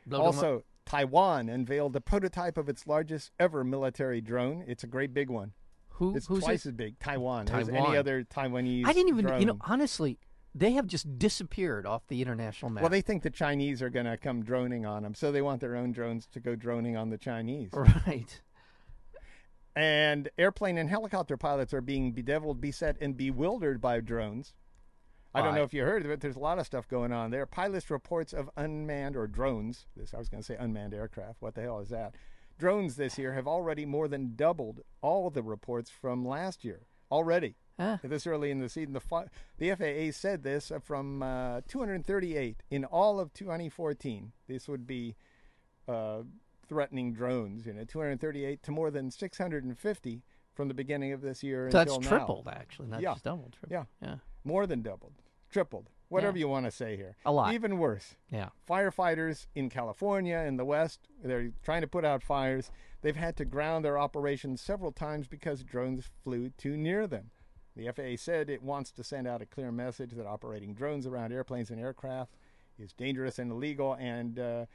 Speaker 2: Blow them up.
Speaker 1: also, Taiwan unveiled the prototype of its largest ever military drone. It's a great big one.
Speaker 2: who,
Speaker 1: It's
Speaker 2: who's
Speaker 1: twice
Speaker 2: it?
Speaker 1: as big. Taiwan. As any
Speaker 2: Taiwan.
Speaker 1: other Taiwanese.
Speaker 2: I didn't even, you know,
Speaker 1: drone.
Speaker 2: honestly, they have just disappeared off the international map.
Speaker 1: Well, they think the Chinese are going to come droning on them, so they want their own drones to go droning on the Chinese.
Speaker 2: right.
Speaker 1: And airplane and helicopter pilots are being bedeviled, beset, and bewildered by drones. I don't
Speaker 2: Why?
Speaker 1: know if you heard of it. There's a lot of stuff going on there. Pilots reports of unmanned or drones. This I was going to say unmanned aircraft. What the hell is that? Drones this year have already more than doubled all the reports from last year. Already.
Speaker 2: Huh?
Speaker 1: This early in the season, the, fi- the FAA said this uh, from uh, 238 in all of 2014. This would be uh, threatening drones, you know, 238 to more than 650 from the beginning of this year
Speaker 2: That's
Speaker 1: until now.
Speaker 2: tripled, actually. Not
Speaker 1: Yeah.
Speaker 2: just doubled. Tripled.
Speaker 1: Yeah,
Speaker 2: Yeah.
Speaker 1: more than doubled, tripled, whatever you want to say here.
Speaker 2: A lot.
Speaker 1: Even worse,
Speaker 2: Yeah.
Speaker 1: firefighters in California and the West, they're trying to put out fires. They've had to ground their operations several times because drones flew too near them. The FAA said it wants to send out a clear message that operating drones around airplanes and aircraft is dangerous and illegal, and uh,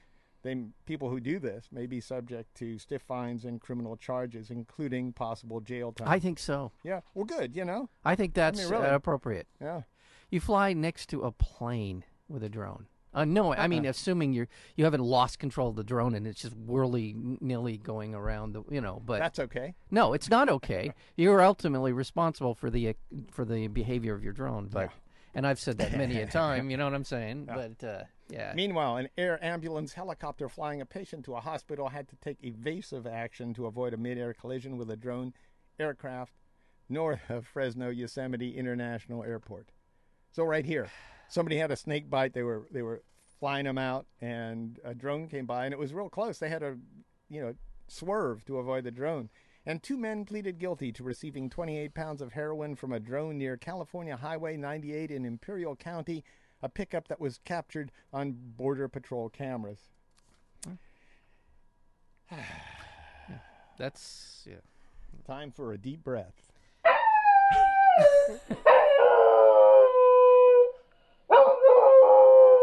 Speaker 1: they, people who do this may be subject to stiff fines and criminal charges, including possible jail time.
Speaker 2: I think so.
Speaker 1: yeah, well, good, you know,
Speaker 2: I think that's uh,
Speaker 1: really.
Speaker 2: appropriate.
Speaker 1: yeah.
Speaker 2: You fly next to a plane with a drone. Uh, no, I
Speaker 1: Uh-uh.
Speaker 2: mean, assuming you you haven't lost control of the drone and it's just whirly nilly going around the, you know. But
Speaker 1: That's okay.
Speaker 2: no, it's not okay. You're ultimately responsible for the uh, for the behavior of your drone. But and I've said that many a time. You know what I'm saying? But uh, yeah,
Speaker 1: Meanwhile, an air ambulance helicopter flying a patient to a hospital had to take evasive action to avoid a mid air collision with a drone aircraft north of Fresno Yosemite International Airport. So right here, somebody had a snake bite. They were they were flying them out, and a drone came by, and it was real close. They had to, you know, swerve to avoid the drone. And two men pleaded guilty to receiving 28 pounds of heroin from a drone near California Highway 98 in Imperial County, a pickup that was captured on Border Patrol cameras.
Speaker 2: that's yeah.
Speaker 1: Time for a deep breath.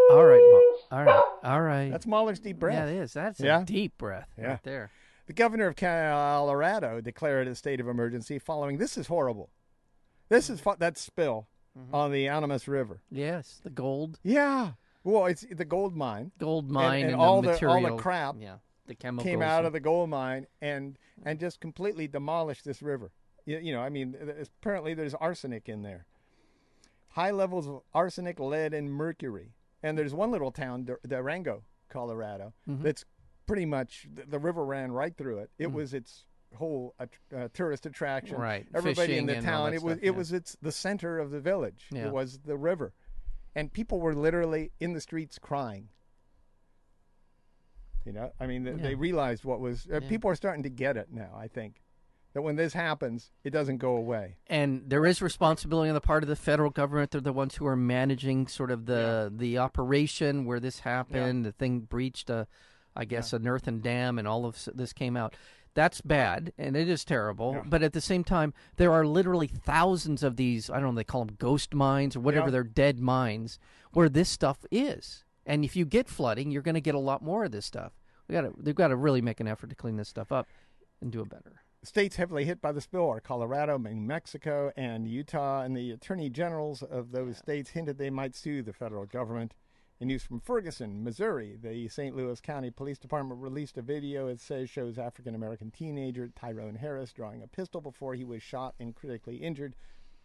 Speaker 2: All right, Ma- all right, all right.
Speaker 1: That's Mahler's deep breath.
Speaker 2: yeah, it is. That's
Speaker 1: Yeah.
Speaker 2: a deep breath
Speaker 1: Yeah.
Speaker 2: right there.
Speaker 1: The governor of Colorado declared a state of emergency following this is horrible. This is fu- that spill
Speaker 2: Mm-hmm.
Speaker 1: on the Animas River.
Speaker 2: Yes, the gold
Speaker 1: Yeah. Well, it's the gold mine
Speaker 2: gold mine and,
Speaker 1: and all
Speaker 2: the
Speaker 1: the- all the
Speaker 2: material,
Speaker 1: crap
Speaker 2: Yeah, the chemicals
Speaker 1: came out
Speaker 2: and-
Speaker 1: of the gold mine and and just completely demolished this river. You, you know, I mean, th- apparently there's arsenic in there. High levels of arsenic, lead, and mercury. And there's one little town, Dur- Durango, Colorado,
Speaker 2: Mm-hmm.
Speaker 1: that's pretty much the, the river ran right through it. It was its whole att- uh, tourist attraction.
Speaker 2: Mm. Right,
Speaker 1: Everybody in
Speaker 2: fishing
Speaker 1: the
Speaker 2: and all
Speaker 1: town.
Speaker 2: that
Speaker 1: It was
Speaker 2: stuff,
Speaker 1: it
Speaker 2: yeah.
Speaker 1: was its the center of the village.
Speaker 2: Yeah.
Speaker 1: It was the river, and people were literally in the streets crying. You know, I mean, th- they realized what was. Uh, People are starting to get it now. I think that when this happens, it doesn't go away.
Speaker 2: and there is responsibility on the part of the federal government. They're the ones who are managing sort of the the operation where this happened. The thing breached a, I guess, an earthen dam, and all of s- this came out. That's bad, and it is terrible. But at the same time, there are literally thousands of these. I don't know. They call them ghost mines or whatever. They're dead mines where this stuff is. And if you get flooding, you're going to get a lot more of this stuff. We got to. They've got to really make an effort to clean this stuff up and do it better.
Speaker 1: States heavily hit by the spill are Colorado, New Mexico, and Utah, and the attorney generals of those states hinted they might sue the federal government. In news from Ferguson, Missouri, the St. Louis County Police Department released a video it says shows African American teenager Tyrone Harris drawing a pistol before he was shot and critically injured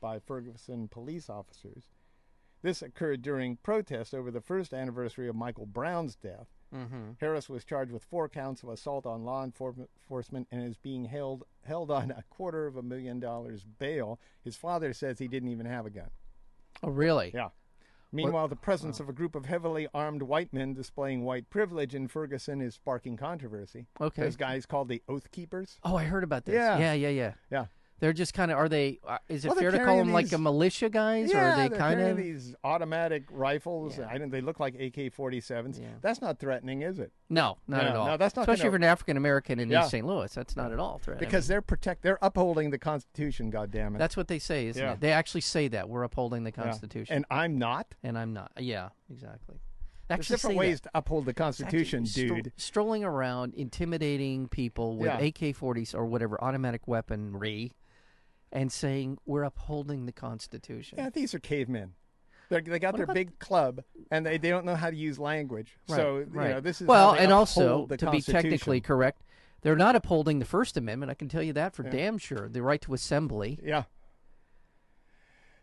Speaker 1: by Ferguson police officers. This occurred during protest over the first anniversary of Michael Brown's death.
Speaker 2: Mm-hmm.
Speaker 1: Harris was charged with four counts of assault on law enfor- enforcement and is being held held on a quarter of a million dollars bail. His father says he didn't even have a gun.
Speaker 2: Oh, really?
Speaker 1: Yeah. Meanwhile, the presence of a group of heavily armed white men displaying white privilege in Ferguson is sparking controversy.
Speaker 2: Okay.
Speaker 1: Those guys called the Oath Keepers.
Speaker 2: Oh, I heard about this.
Speaker 1: Yeah.
Speaker 2: yeah, yeah. yeah.
Speaker 1: Yeah.
Speaker 2: They're just kind of. Are they? Uh, is it
Speaker 1: Well, they're
Speaker 2: fair to call
Speaker 1: carrying
Speaker 2: them like a
Speaker 1: these-
Speaker 2: militia guys, or
Speaker 1: yeah,
Speaker 2: are they
Speaker 1: they're
Speaker 2: kind
Speaker 1: carrying
Speaker 2: of?
Speaker 1: these automatic rifles.
Speaker 2: Yeah.
Speaker 1: I didn't. They look like AK-47s.
Speaker 2: Yeah.
Speaker 1: That's not threatening, is it?
Speaker 2: No, not
Speaker 1: No,
Speaker 2: at all.
Speaker 1: no, that's not
Speaker 2: Especially
Speaker 1: gonna-
Speaker 2: for an African American in
Speaker 1: Yeah.
Speaker 2: East St. Louis, that's not at all threatening.
Speaker 1: Because they're protect. They're upholding the Constitution. God damn it.
Speaker 2: that's what they say, isn't
Speaker 1: Yeah.
Speaker 2: it? They actually say that we're upholding the
Speaker 1: Yeah.
Speaker 2: Constitution,
Speaker 1: And I'm not.
Speaker 2: and, I'm not. Yeah, exactly.
Speaker 1: There's
Speaker 2: Actually,
Speaker 1: different
Speaker 2: say
Speaker 1: ways
Speaker 2: that.
Speaker 1: to uphold the Constitution,
Speaker 2: Actually, stro-
Speaker 1: dude.
Speaker 2: strolling around, intimidating people with
Speaker 1: Yeah.
Speaker 2: AK-40s or whatever automatic weaponry, and saying we're upholding the Constitution.
Speaker 1: Yeah, these are cavemen. They're, they got their
Speaker 2: about-
Speaker 1: big club, and they, they don't know how to use language. so you know, this is
Speaker 2: well,
Speaker 1: how they
Speaker 2: and also
Speaker 1: uphold the
Speaker 2: to be technically
Speaker 1: Constitution.
Speaker 2: correct, they're not upholding the First Amendment. I can tell you that for damn sure. The right to assembly.
Speaker 1: Yeah.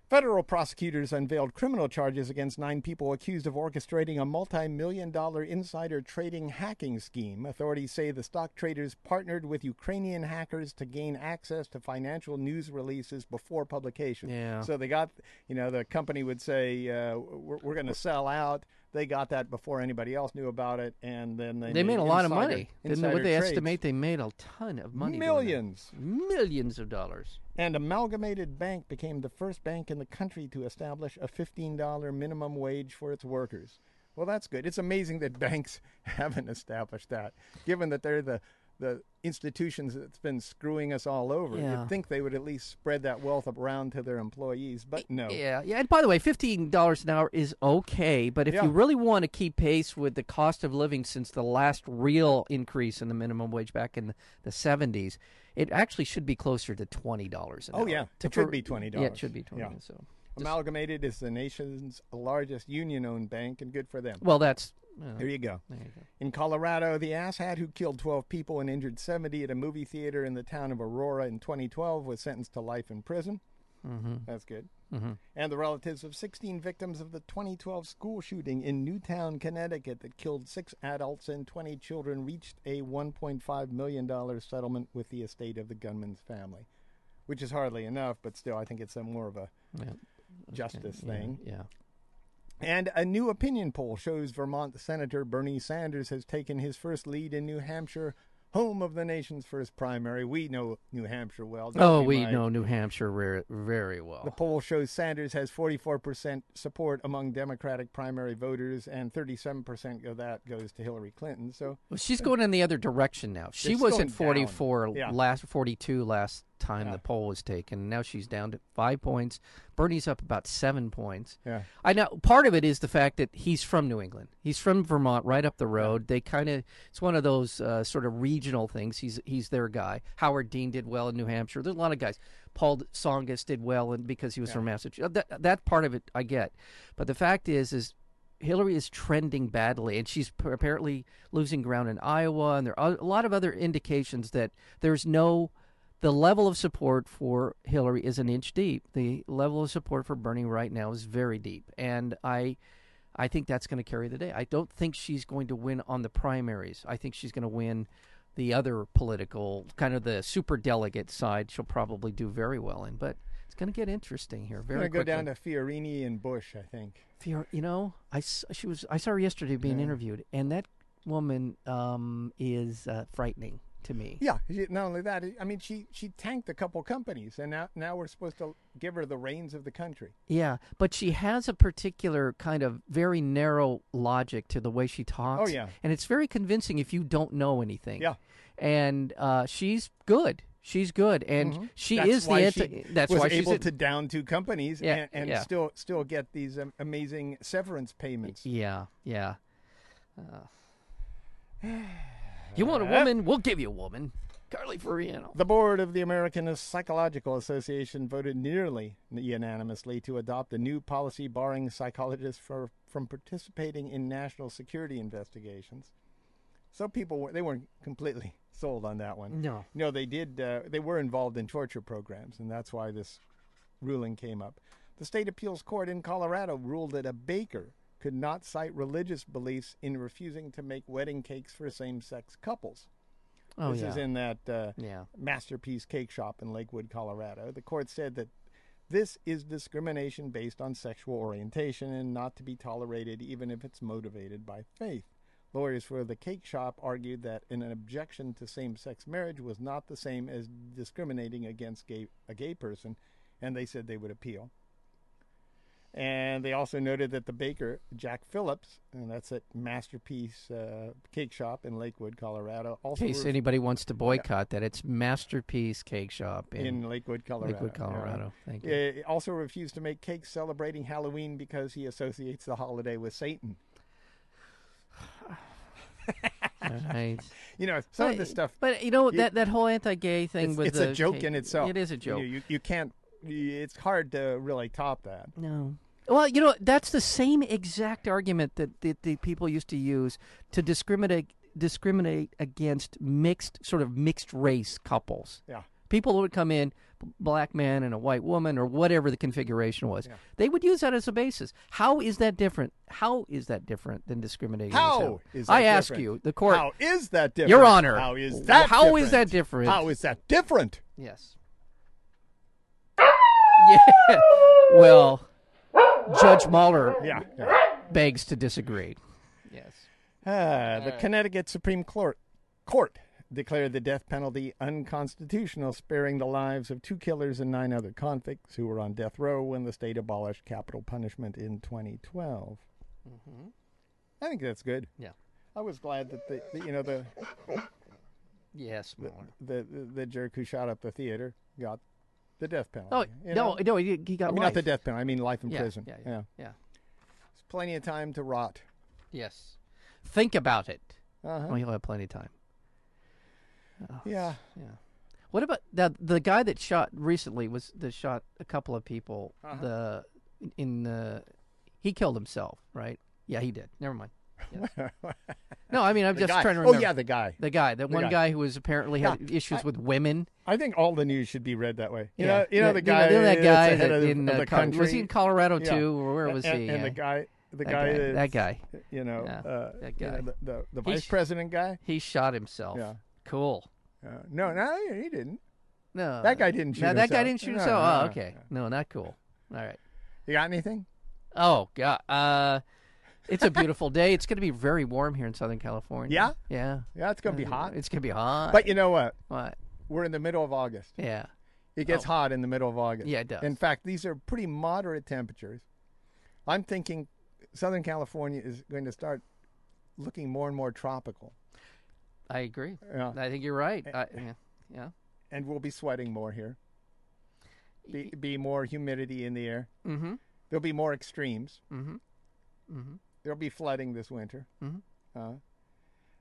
Speaker 1: Federal prosecutors unveiled criminal charges against nine people accused of orchestrating a multi million dollar insider trading hacking scheme. Authorities say the stock traders partnered with Ukrainian hackers to gain access to financial news releases before publication.
Speaker 2: Yeah.
Speaker 1: So they got, you know, the company would say, uh, we're, we're going to sell out. They got that before anybody else knew about it. And then they,
Speaker 2: They made a lot of
Speaker 1: insider-
Speaker 2: money. Didn't they?
Speaker 1: insider
Speaker 2: What they
Speaker 1: trades.
Speaker 2: estimate they made a ton of money. doing that.
Speaker 1: Millions.
Speaker 2: millions of dollars.
Speaker 1: And Amalgamated Bank became the first bank in the country to establish a $15 minimum wage for its workers. Well, that's good. It's amazing that banks haven't established that, given that they're the, the institutions that's been screwing us all over.
Speaker 2: Yeah.
Speaker 1: You'd think they would at least spread that wealth around to their employees, but no.
Speaker 2: Yeah, yeah. And by the way, fifteen dollars an hour is okay, but if
Speaker 1: Yeah.
Speaker 2: you really want to keep pace with the cost of living since the last real increase in the minimum wage back in the seventies, it actually should be closer to twenty dollars an
Speaker 1: Oh,
Speaker 2: hour.
Speaker 1: yeah.
Speaker 2: To-
Speaker 1: It should
Speaker 2: for-
Speaker 1: be $20.
Speaker 2: Yeah, it should be twenty.
Speaker 1: Yeah.
Speaker 2: So,
Speaker 1: Amalgamated is the nation's largest union owned bank, and good for them.
Speaker 2: well, that's uh,
Speaker 1: There you go.
Speaker 2: there you go.
Speaker 1: In Colorado, the asshat who killed 12 people and injured 70 at a movie theater in the town of Aurora in 2012 was sentenced to life in prison.
Speaker 2: Mm-hmm.
Speaker 1: That's good. And the relatives of 16 victims of the 2012 school shooting in Newtown, Connecticut, that killed six adults and 20 children, reached a $1.5 million settlement with the estate of the gunman's family, which is hardly enough, but still, I think it's a more of a
Speaker 2: Yeah. Okay,
Speaker 1: justice
Speaker 2: yeah,
Speaker 1: thing.
Speaker 2: Yeah.
Speaker 1: And a new opinion poll shows Vermont Senator Bernie Sanders has taken his first lead in New Hampshire, home of the nation's first primary. We know New Hampshire well. don't
Speaker 2: Oh, we
Speaker 1: Mike?
Speaker 2: know New Hampshire very, very
Speaker 1: The
Speaker 2: well.
Speaker 1: poll shows Sanders has 44% support among Democratic primary voters, and 37% of that goes to Hillary Clinton. So,
Speaker 2: Well, she's going in the other direction now. She
Speaker 1: It's
Speaker 2: was
Speaker 1: going
Speaker 2: at 44
Speaker 1: down. Yeah.
Speaker 2: last 42 last time
Speaker 1: Yeah.
Speaker 2: the poll was taken. Now she's down to 5 points. Bernie's up about 7 points.
Speaker 1: yeah.
Speaker 2: I know part of it is the fact that he's from New England. He's from Vermont, right up the road. They kind of it's one of those uh, sort of regional things. He's he's their guy. Howard Dean did well in New Hampshire. There's a lot of guys. Paul Songus did well, and because he was from Massachusetts, that that part of it I get. But the fact is, is Hillary is trending badly, and she's p- apparently losing ground in Iowa, and there are a lot of other indications that there's no. The level of support for Hillary is an inch deep. The level of support for Bernie right now is very deep, and I, I think that's going to carry the day. I don't think she's going to win on the primaries. I think she's going to win the other political kind of the super delegate side. She'll probably do very well in, but it's going to get interesting here
Speaker 1: I'm
Speaker 2: very
Speaker 1: going to go
Speaker 2: quickly.
Speaker 1: down to Fiorini and Bush, I think.
Speaker 2: Fior- you know, I s- she was I saw her yesterday being interviewed, and that woman um, is uh, frightening to me.
Speaker 1: Yeah, she- not only that, I mean, she, she tanked a couple companies, and now, now we're supposed to give her the reins of the country.
Speaker 2: Yeah, but she has a particular kind of very narrow logic to the way she talks.
Speaker 1: Oh, yeah.
Speaker 2: and it's very convincing if you don't know anything.
Speaker 1: Yeah.
Speaker 2: and uh, she's good. She's good, and she
Speaker 1: Mm-hmm. that's
Speaker 2: is the.
Speaker 1: why
Speaker 2: anti-
Speaker 1: she
Speaker 2: that's
Speaker 1: was
Speaker 2: why she's
Speaker 1: able
Speaker 2: at-
Speaker 1: to down two companies
Speaker 2: Yeah,
Speaker 1: and, and
Speaker 2: yeah.
Speaker 1: still still get these um, amazing severance payments.
Speaker 2: Yeah, yeah. Uh, you want a woman? We'll give you a woman. Carly Furiano.
Speaker 1: The board of the American Psychological Association voted nearly unanimously to adopt a new policy barring psychologists for, from participating in national security investigations. So people were, they weren't completely sold on that one.
Speaker 2: No.
Speaker 1: No, they did. Uh, they were involved in torture programs, and that's why this ruling came up. The state appeals court in Colorado ruled that a baker could not cite religious beliefs in refusing to make wedding cakes for same-sex couples.
Speaker 2: Oh
Speaker 1: this
Speaker 2: yeah.
Speaker 1: is in that uh,
Speaker 2: yeah.
Speaker 1: masterpiece cake shop in Lakewood, Colorado. The court said that this is discrimination based on sexual orientation and not to be tolerated, even if it's motivated by faith. Lawyers for the cake shop argued that an objection to same sex marriage was not the same as discriminating against gay, a gay person, and they said they would appeal. And they also noted that the baker, Jack Phillips, and that's at Masterpiece uh, Cake Shop in Lakewood, Colorado, also
Speaker 2: In case
Speaker 1: ref-
Speaker 2: anybody wants to boycott that, it's Masterpiece Cake Shop in,
Speaker 1: in Lakewood, Colorado.
Speaker 2: Lakewood,
Speaker 1: yeah.
Speaker 2: Colorado. Thank you.
Speaker 1: Uh, also refused to make cakes celebrating Halloween because he associates the holiday with Satan.
Speaker 2: All right.
Speaker 1: You know, some of
Speaker 2: But-
Speaker 1: this stuff.
Speaker 2: But you know
Speaker 1: you-
Speaker 2: that that whole anti-gay thing
Speaker 1: It's,
Speaker 2: with
Speaker 1: it's
Speaker 2: the
Speaker 1: a joke
Speaker 2: cake-
Speaker 1: in itself.
Speaker 2: It is a
Speaker 1: You-
Speaker 2: joke.
Speaker 1: You, you, can't. It's hard to really top that.
Speaker 2: No. Well, you know, that's the same exact argument that the, the people used to use to discriminate discriminate against mixed sort of mixed race couples.
Speaker 1: Yeah.
Speaker 2: People would come in, b- black man and a white woman or whatever the configuration was. They would use that as a basis. How is that different? How is that different than discriminating?
Speaker 1: How
Speaker 2: against them?
Speaker 1: is
Speaker 2: I
Speaker 1: that
Speaker 2: ask
Speaker 1: different?
Speaker 2: you, the court.
Speaker 1: How is that different?
Speaker 2: Your Honor.
Speaker 1: How is that?
Speaker 2: How
Speaker 1: How
Speaker 2: is
Speaker 1: is
Speaker 2: that different?
Speaker 1: How is that different?
Speaker 2: Yes. Yeah. Well, Judge Mahler
Speaker 1: Yeah. yeah.
Speaker 2: begs to disagree. Yes.
Speaker 1: Ah, the Connecticut Supreme Court Court declared the death penalty unconstitutional, sparing the lives of two killers and nine other convicts who were on death row when the state abolished capital punishment in 2012. I think that's good.
Speaker 2: Yeah.
Speaker 1: Mm-hmm. I was glad that the, the you know the,
Speaker 2: Yes, Mahler.
Speaker 1: the the jerk who shot up the theater got the death penalty.
Speaker 2: Oh
Speaker 1: you
Speaker 2: no,
Speaker 1: know?
Speaker 2: no, he, he got
Speaker 1: I mean,
Speaker 2: life.
Speaker 1: not the death penalty. I mean life in
Speaker 2: yeah,
Speaker 1: prison.
Speaker 2: Yeah, yeah,
Speaker 1: yeah,
Speaker 2: yeah.
Speaker 1: it's plenty of time to rot.
Speaker 2: Yes. Think about it.
Speaker 1: Uh-huh.
Speaker 2: Oh, he'll have plenty of time.
Speaker 1: Yeah.
Speaker 2: Yeah. What about the the guy that shot recently was that shot a couple of people?
Speaker 1: Uh-huh.
Speaker 2: The in the he killed himself, right? Yeah, he did. Never mind. Yes. no, I mean I'm
Speaker 1: The
Speaker 2: just
Speaker 1: guy.
Speaker 2: trying to
Speaker 1: oh
Speaker 2: remember.
Speaker 1: yeah, the guy.
Speaker 2: The guy, that one guy.
Speaker 1: guy.
Speaker 2: who was apparently had issues with women.
Speaker 1: I think all the news should be read that way. You
Speaker 2: Yeah.
Speaker 1: know, you know the guy,
Speaker 2: you know that guy
Speaker 1: that's the head
Speaker 2: that
Speaker 1: of, the-
Speaker 2: in
Speaker 1: of
Speaker 2: uh,
Speaker 1: the
Speaker 2: Col-
Speaker 1: country.
Speaker 2: was he in Colorado
Speaker 1: Yeah.
Speaker 2: too, or where
Speaker 1: And-
Speaker 2: was
Speaker 1: and,
Speaker 2: he?
Speaker 1: And
Speaker 2: Yeah.
Speaker 1: the guy, the
Speaker 2: that
Speaker 1: guy,
Speaker 2: guy,
Speaker 1: that's,
Speaker 2: that guy.
Speaker 1: you know,
Speaker 2: Yeah,
Speaker 1: uh,
Speaker 2: that
Speaker 1: you know,
Speaker 2: guy.
Speaker 1: the, the, the
Speaker 2: He
Speaker 1: vice
Speaker 2: sh-
Speaker 1: president guy.
Speaker 2: He shot himself.
Speaker 1: Yeah.
Speaker 2: Cool.
Speaker 1: Uh, no, no, he didn't.
Speaker 2: No,
Speaker 1: That guy didn't shoot
Speaker 2: no, That guy
Speaker 1: himself.
Speaker 2: didn't shoot
Speaker 1: No,
Speaker 2: himself.
Speaker 1: no,
Speaker 2: oh,
Speaker 1: no,
Speaker 2: okay. No, not cool. All right.
Speaker 1: You got anything?
Speaker 2: Oh God. Uh, it's a beautiful day. It's going to be very warm here in Southern California.
Speaker 1: Yeah?
Speaker 2: Uh, Yeah.
Speaker 1: Yeah, it's gonna be hot.
Speaker 2: It's going to be hot.
Speaker 1: But you know what?
Speaker 2: what?
Speaker 1: We're in the middle of August.
Speaker 2: Yeah.
Speaker 1: It
Speaker 2: Oh.
Speaker 1: gets hot in the middle of August.
Speaker 2: Yeah, it does.
Speaker 1: In fact, these are pretty moderate temperatures. I'm thinking Southern California is going to start looking more and more tropical,
Speaker 2: I agree.
Speaker 1: Yeah.
Speaker 2: I think you're right. I, yeah. Yeah.
Speaker 1: and we'll be sweating more here. Be, be more humidity in the air.
Speaker 2: Mm-hmm.
Speaker 1: There'll be more extremes.
Speaker 2: Mm-hmm. Mm-hmm.
Speaker 1: There'll be flooding this winter.
Speaker 2: Mhm.
Speaker 1: Uh,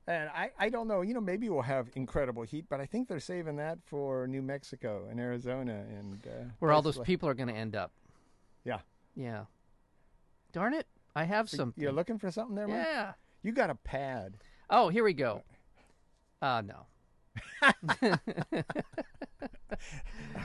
Speaker 1: and I, I don't know, you know, maybe we'll have incredible heat, but I think they're saving that for New Mexico and Arizona and uh,
Speaker 2: Where all
Speaker 1: places
Speaker 2: those
Speaker 1: like-
Speaker 2: people are going to end up.
Speaker 1: Yeah,
Speaker 2: Yeah. Darn it! I have some.
Speaker 1: you're looking for something there, man.
Speaker 2: Yeah.
Speaker 1: You got a pad.
Speaker 2: Oh, here we go. Ah, no.
Speaker 1: I,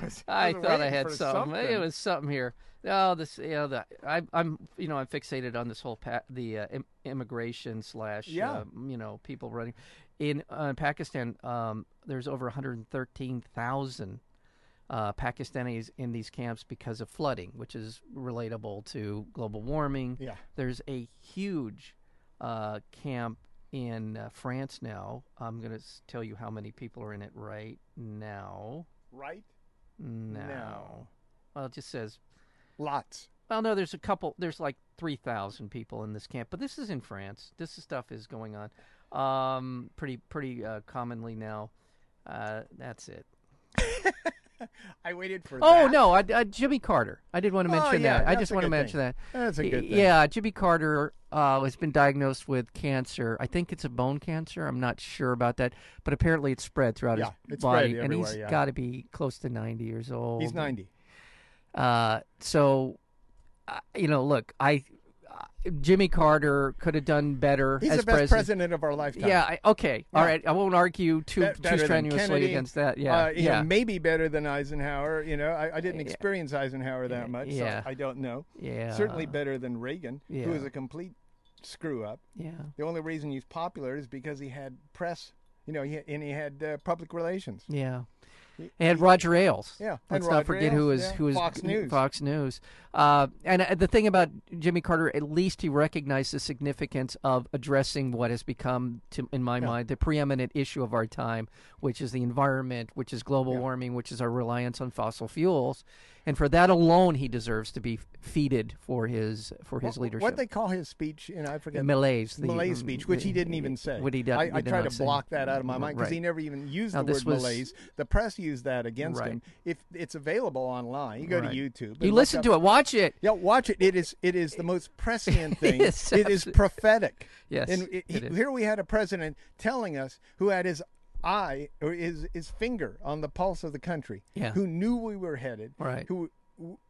Speaker 1: was-
Speaker 2: I
Speaker 1: was
Speaker 2: thought I
Speaker 1: waiting
Speaker 2: had
Speaker 1: for
Speaker 2: something. It was something here. Oh, this, you know, the, I, I'm, you know, I'm fixated on this whole pa- the uh, Im- immigration slash,
Speaker 1: Yeah.
Speaker 2: um, you know, people running in uh, Pakistan. Um, there's over 113,000 uh, Pakistanis in these camps because of flooding, which is relatable to global warming.
Speaker 1: Yeah.
Speaker 2: There's a huge uh, camp in uh, France now. I'm going to tell you how many people are in it right now.
Speaker 1: right.
Speaker 2: No.
Speaker 1: No.
Speaker 2: Well, it just says.
Speaker 1: Lots.
Speaker 2: Well, no, there's a couple. There's like three thousand people in this camp, but this is in France. This is- stuff is going on, um, pretty pretty uh, commonly now. Uh, that's it.
Speaker 1: I waited for.
Speaker 2: Oh
Speaker 1: that.
Speaker 2: no, I, I, Jimmy Carter. I did want to
Speaker 1: Oh,
Speaker 2: mention
Speaker 1: yeah,
Speaker 2: that. I
Speaker 1: that's
Speaker 2: just
Speaker 1: a
Speaker 2: want to
Speaker 1: good
Speaker 2: mention
Speaker 1: thing.
Speaker 2: that.
Speaker 1: That's a good thing.
Speaker 2: Yeah, Jimmy Carter uh, has been diagnosed with cancer. I think it's a bone cancer. I'm not sure about that, but apparently it's spread throughout
Speaker 1: Yeah,
Speaker 2: his
Speaker 1: it's spread
Speaker 2: body, and
Speaker 1: everywhere,
Speaker 2: he's
Speaker 1: yeah.
Speaker 2: got to be close to 90 years old.
Speaker 1: He's ninety.
Speaker 2: Uh, so, uh, you know, look, I uh, Jimmy Carter could have done better
Speaker 1: He's
Speaker 2: as
Speaker 1: the best president,
Speaker 2: president.
Speaker 1: of our lifetime.
Speaker 2: Yeah. I, okay. All
Speaker 1: Yeah.
Speaker 2: right. I won't argue too
Speaker 1: Be- better
Speaker 2: too
Speaker 1: than
Speaker 2: strenuously
Speaker 1: Kennedy.
Speaker 2: against that. Yeah.
Speaker 1: Uh, you know,
Speaker 2: yeah.
Speaker 1: maybe better than Eisenhower. You know, I, I didn't
Speaker 2: Yeah.
Speaker 1: experience Eisenhower that much,
Speaker 2: Yeah.
Speaker 1: so I don't know.
Speaker 2: yeah.
Speaker 1: Certainly better than Reagan,
Speaker 2: Yeah.
Speaker 1: who was a complete screw up.
Speaker 2: Yeah.
Speaker 1: The only reason he's popular is because he had press, you know, he, and he had uh, public relations.
Speaker 2: Yeah. And Roger Ailes.
Speaker 1: Yeah, and
Speaker 2: Let's not
Speaker 1: Roger
Speaker 2: forget who
Speaker 1: Ailes,
Speaker 2: is
Speaker 1: yeah.
Speaker 2: who is
Speaker 1: Fox News.
Speaker 2: Fox News. Uh, and uh, the thing about Jimmy Carter, at least he recognized the significance of addressing what has become, to, in my mind, the preeminent issue of our time, which is the environment, which is global warming, which is our reliance on fossil fuels. And for that alone, he deserves to be feeded for his for his leadership.
Speaker 1: What they call his speech, and I forget.
Speaker 2: Malaise, the
Speaker 1: Malaise
Speaker 2: um,
Speaker 1: speech, which he
Speaker 2: the-
Speaker 1: didn't even say.
Speaker 2: What he did,
Speaker 1: I,
Speaker 2: he
Speaker 1: I
Speaker 2: did
Speaker 1: tried
Speaker 2: not
Speaker 1: to
Speaker 2: say. Mm,
Speaker 1: block that out of my mind because
Speaker 2: Right.
Speaker 1: he never even used
Speaker 2: Now,
Speaker 1: the
Speaker 2: this
Speaker 1: word
Speaker 2: was-
Speaker 1: malaise. The press used that against
Speaker 2: Right.
Speaker 1: him. If it's available online, you go
Speaker 2: Right.
Speaker 1: to YouTube. and
Speaker 2: You
Speaker 1: look
Speaker 2: listen
Speaker 1: up-
Speaker 2: to it, watch it.
Speaker 1: Yeah, watch it. It is it is the most prescient thing.
Speaker 2: Yes,
Speaker 1: it is
Speaker 2: absolutely.
Speaker 1: prophetic.
Speaker 2: Yes,
Speaker 1: and it,
Speaker 2: it is.
Speaker 1: here we had a president telling us who had his eye or his his finger on the pulse of the country.
Speaker 2: Yeah.
Speaker 1: who knew we were headed.
Speaker 2: Right.
Speaker 1: who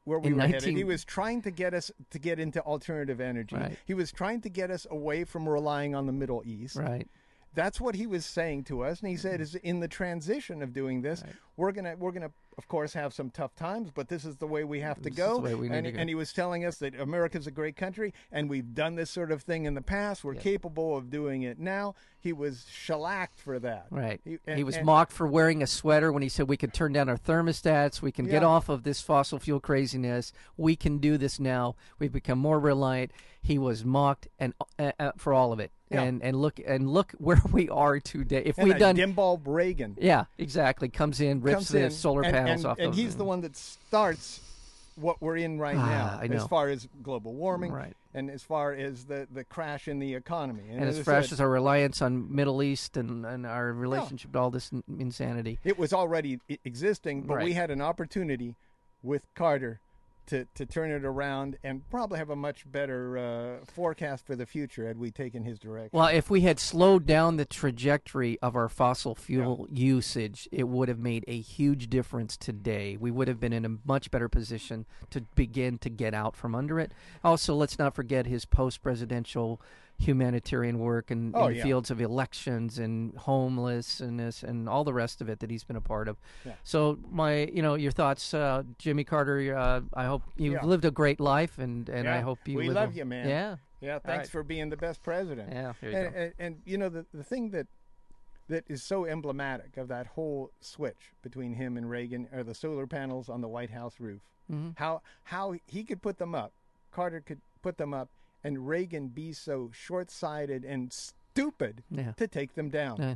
Speaker 1: where we
Speaker 2: In
Speaker 1: were
Speaker 2: 19
Speaker 1: headed. He was trying to get us to get into alternative energy.
Speaker 2: Right.
Speaker 1: He was trying to get us away from relying on the Middle East.
Speaker 2: Right.
Speaker 1: That's what he was saying to us, and he
Speaker 2: Mm-hmm.
Speaker 1: said, "Is in the transition of doing this, we're gonna we're gonna of course have some tough times, but this is the way we have to
Speaker 2: is
Speaker 1: go."
Speaker 2: the way we need
Speaker 1: and,
Speaker 2: to go.
Speaker 1: and he was telling us that America's a great country, and we've done this sort of thing in the past. We're capable of doing it now. He was shellacked for that.
Speaker 2: Right. He,
Speaker 1: and-
Speaker 2: was
Speaker 1: and-
Speaker 2: mocked for wearing a sweater when he said we can turn down our thermostats, we can get
Speaker 1: Yeah.
Speaker 2: off of this fossil fuel craziness, we can do this now. We've become more reliant. He was mocked and uh, uh, for all of it.
Speaker 1: Yeah.
Speaker 2: And and look and look where we are today. If
Speaker 1: and
Speaker 2: we'd
Speaker 1: a
Speaker 2: done
Speaker 1: Dimbalb Reagan
Speaker 2: Yeah, exactly. Comes in, rips
Speaker 1: comes
Speaker 2: the
Speaker 1: in
Speaker 2: solar
Speaker 1: and,
Speaker 2: panels
Speaker 1: and,
Speaker 2: off
Speaker 1: and
Speaker 2: of
Speaker 1: he's the one that starts what we're in right now
Speaker 2: Ah, I
Speaker 1: as
Speaker 2: know.
Speaker 1: far as global warming
Speaker 2: Right.
Speaker 1: and as far as the, the crash in the economy
Speaker 2: and as
Speaker 1: I
Speaker 2: fresh
Speaker 1: said,
Speaker 2: as our reliance on Middle East and, and our relationship to all this n- insanity.
Speaker 1: it was already i- existing, but we
Speaker 2: Right.
Speaker 1: had an opportunity with Carter to, to turn it around and probably have a much better uh, forecast for the future had we taken his direction.
Speaker 2: Well, if we had slowed down the trajectory of our fossil fuel usage, it would have made a huge difference today. We would have been in a much better position to begin to get out from under it. Also, let's not forget his post presidential humanitarian work and
Speaker 1: Oh,
Speaker 2: in
Speaker 1: yeah.
Speaker 2: fields of elections and homelessness and all the rest of it that he's been a part of. So my, you know, your thoughts, uh, Jimmy Carter. Uh, I hope you've
Speaker 1: Yeah.
Speaker 2: lived a great life, and and I
Speaker 1: Yeah.
Speaker 2: hope you.
Speaker 1: We
Speaker 2: live
Speaker 1: love
Speaker 2: a-
Speaker 1: you, man.
Speaker 2: Yeah.
Speaker 1: yeah, thanks
Speaker 2: right.
Speaker 1: for being the best president.
Speaker 2: Yeah, here you
Speaker 1: and,
Speaker 2: go.
Speaker 1: and, and, you know the, the thing that that is so emblematic of that whole switch between him and Reagan are the solar panels on the White House roof. How how he could put them up, Carter could put them up, and Reagan be so short sighted and stupid
Speaker 2: Yeah.
Speaker 1: to take them down.
Speaker 2: Yeah.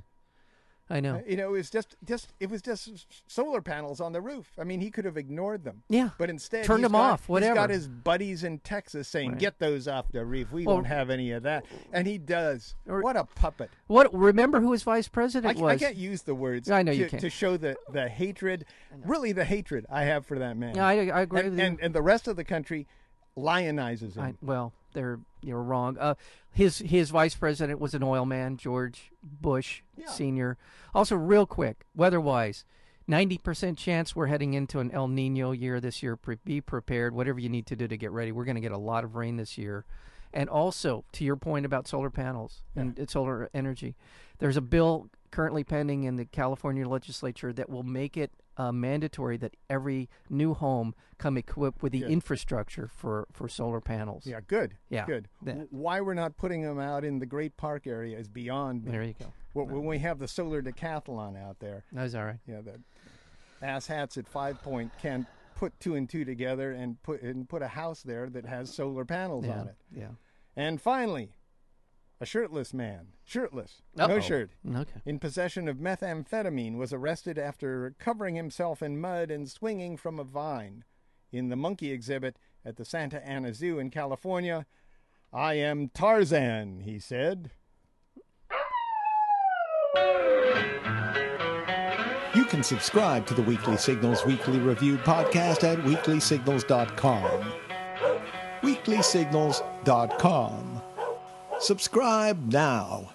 Speaker 2: I know.
Speaker 1: Uh, You know, it was just just it was just s- solar panels on the roof. I mean, he could have ignored them.
Speaker 2: Yeah.
Speaker 1: But instead,
Speaker 2: Turned
Speaker 1: he's
Speaker 2: them
Speaker 1: got-
Speaker 2: off,
Speaker 1: He's got
Speaker 2: whatever.
Speaker 1: his buddies in Texas saying, "Get those off the roof. We
Speaker 2: Well-
Speaker 1: won't have any of that." And he does.
Speaker 2: Or-
Speaker 1: what a puppet!
Speaker 2: What? Remember who his vice
Speaker 1: I,
Speaker 2: president
Speaker 1: ca- I
Speaker 2: was?
Speaker 1: can't use the words.
Speaker 2: I know you
Speaker 1: to,
Speaker 2: can't.
Speaker 1: to show the the hatred, really the hatred I have for that man.
Speaker 2: Yeah, I, I agree
Speaker 1: and,
Speaker 2: with you.
Speaker 1: and and the rest of the country lionizes him.
Speaker 2: I, well, they're you're wrong. Uh, his his vice president was an oil man, George Bush Senior. Also, real quick, weather-wise, ninety percent chance we're heading into an El Nino year this year. Pre- be prepared. Whatever you need to do to get ready. We're going to get a lot of rain this year. And also, to your point about solar panels and and solar energy, there's a bill currently pending in the California legislature that will make it uh, mandatory that every new home come equipped with the infrastructure for, for solar panels.
Speaker 1: yeah, good.
Speaker 2: Yeah.
Speaker 1: good.
Speaker 2: Yeah.
Speaker 1: W- Why we're not putting them out in the Great Park area is beyond me.
Speaker 2: There you go.
Speaker 1: Wh- When we have the solar decathlon out there,
Speaker 2: That was all right.
Speaker 1: you know, the asshats at Five Point can put two and two together and put and put a house there that has solar panels
Speaker 2: Yeah.
Speaker 1: on it.
Speaker 2: Yeah.
Speaker 1: And finally, a shirtless man, shirtless,
Speaker 2: Uh-oh.
Speaker 1: no shirt,
Speaker 2: Okay.
Speaker 1: in possession of methamphetamine was arrested after covering himself in mud and swinging from a vine in the monkey exhibit at the Santa Ana Zoo in California. I am Tarzan, he said. You can subscribe to the Weekly Signals Weekly Review podcast at weeklysignals.com. Weeklysignals.com. Subscribe now.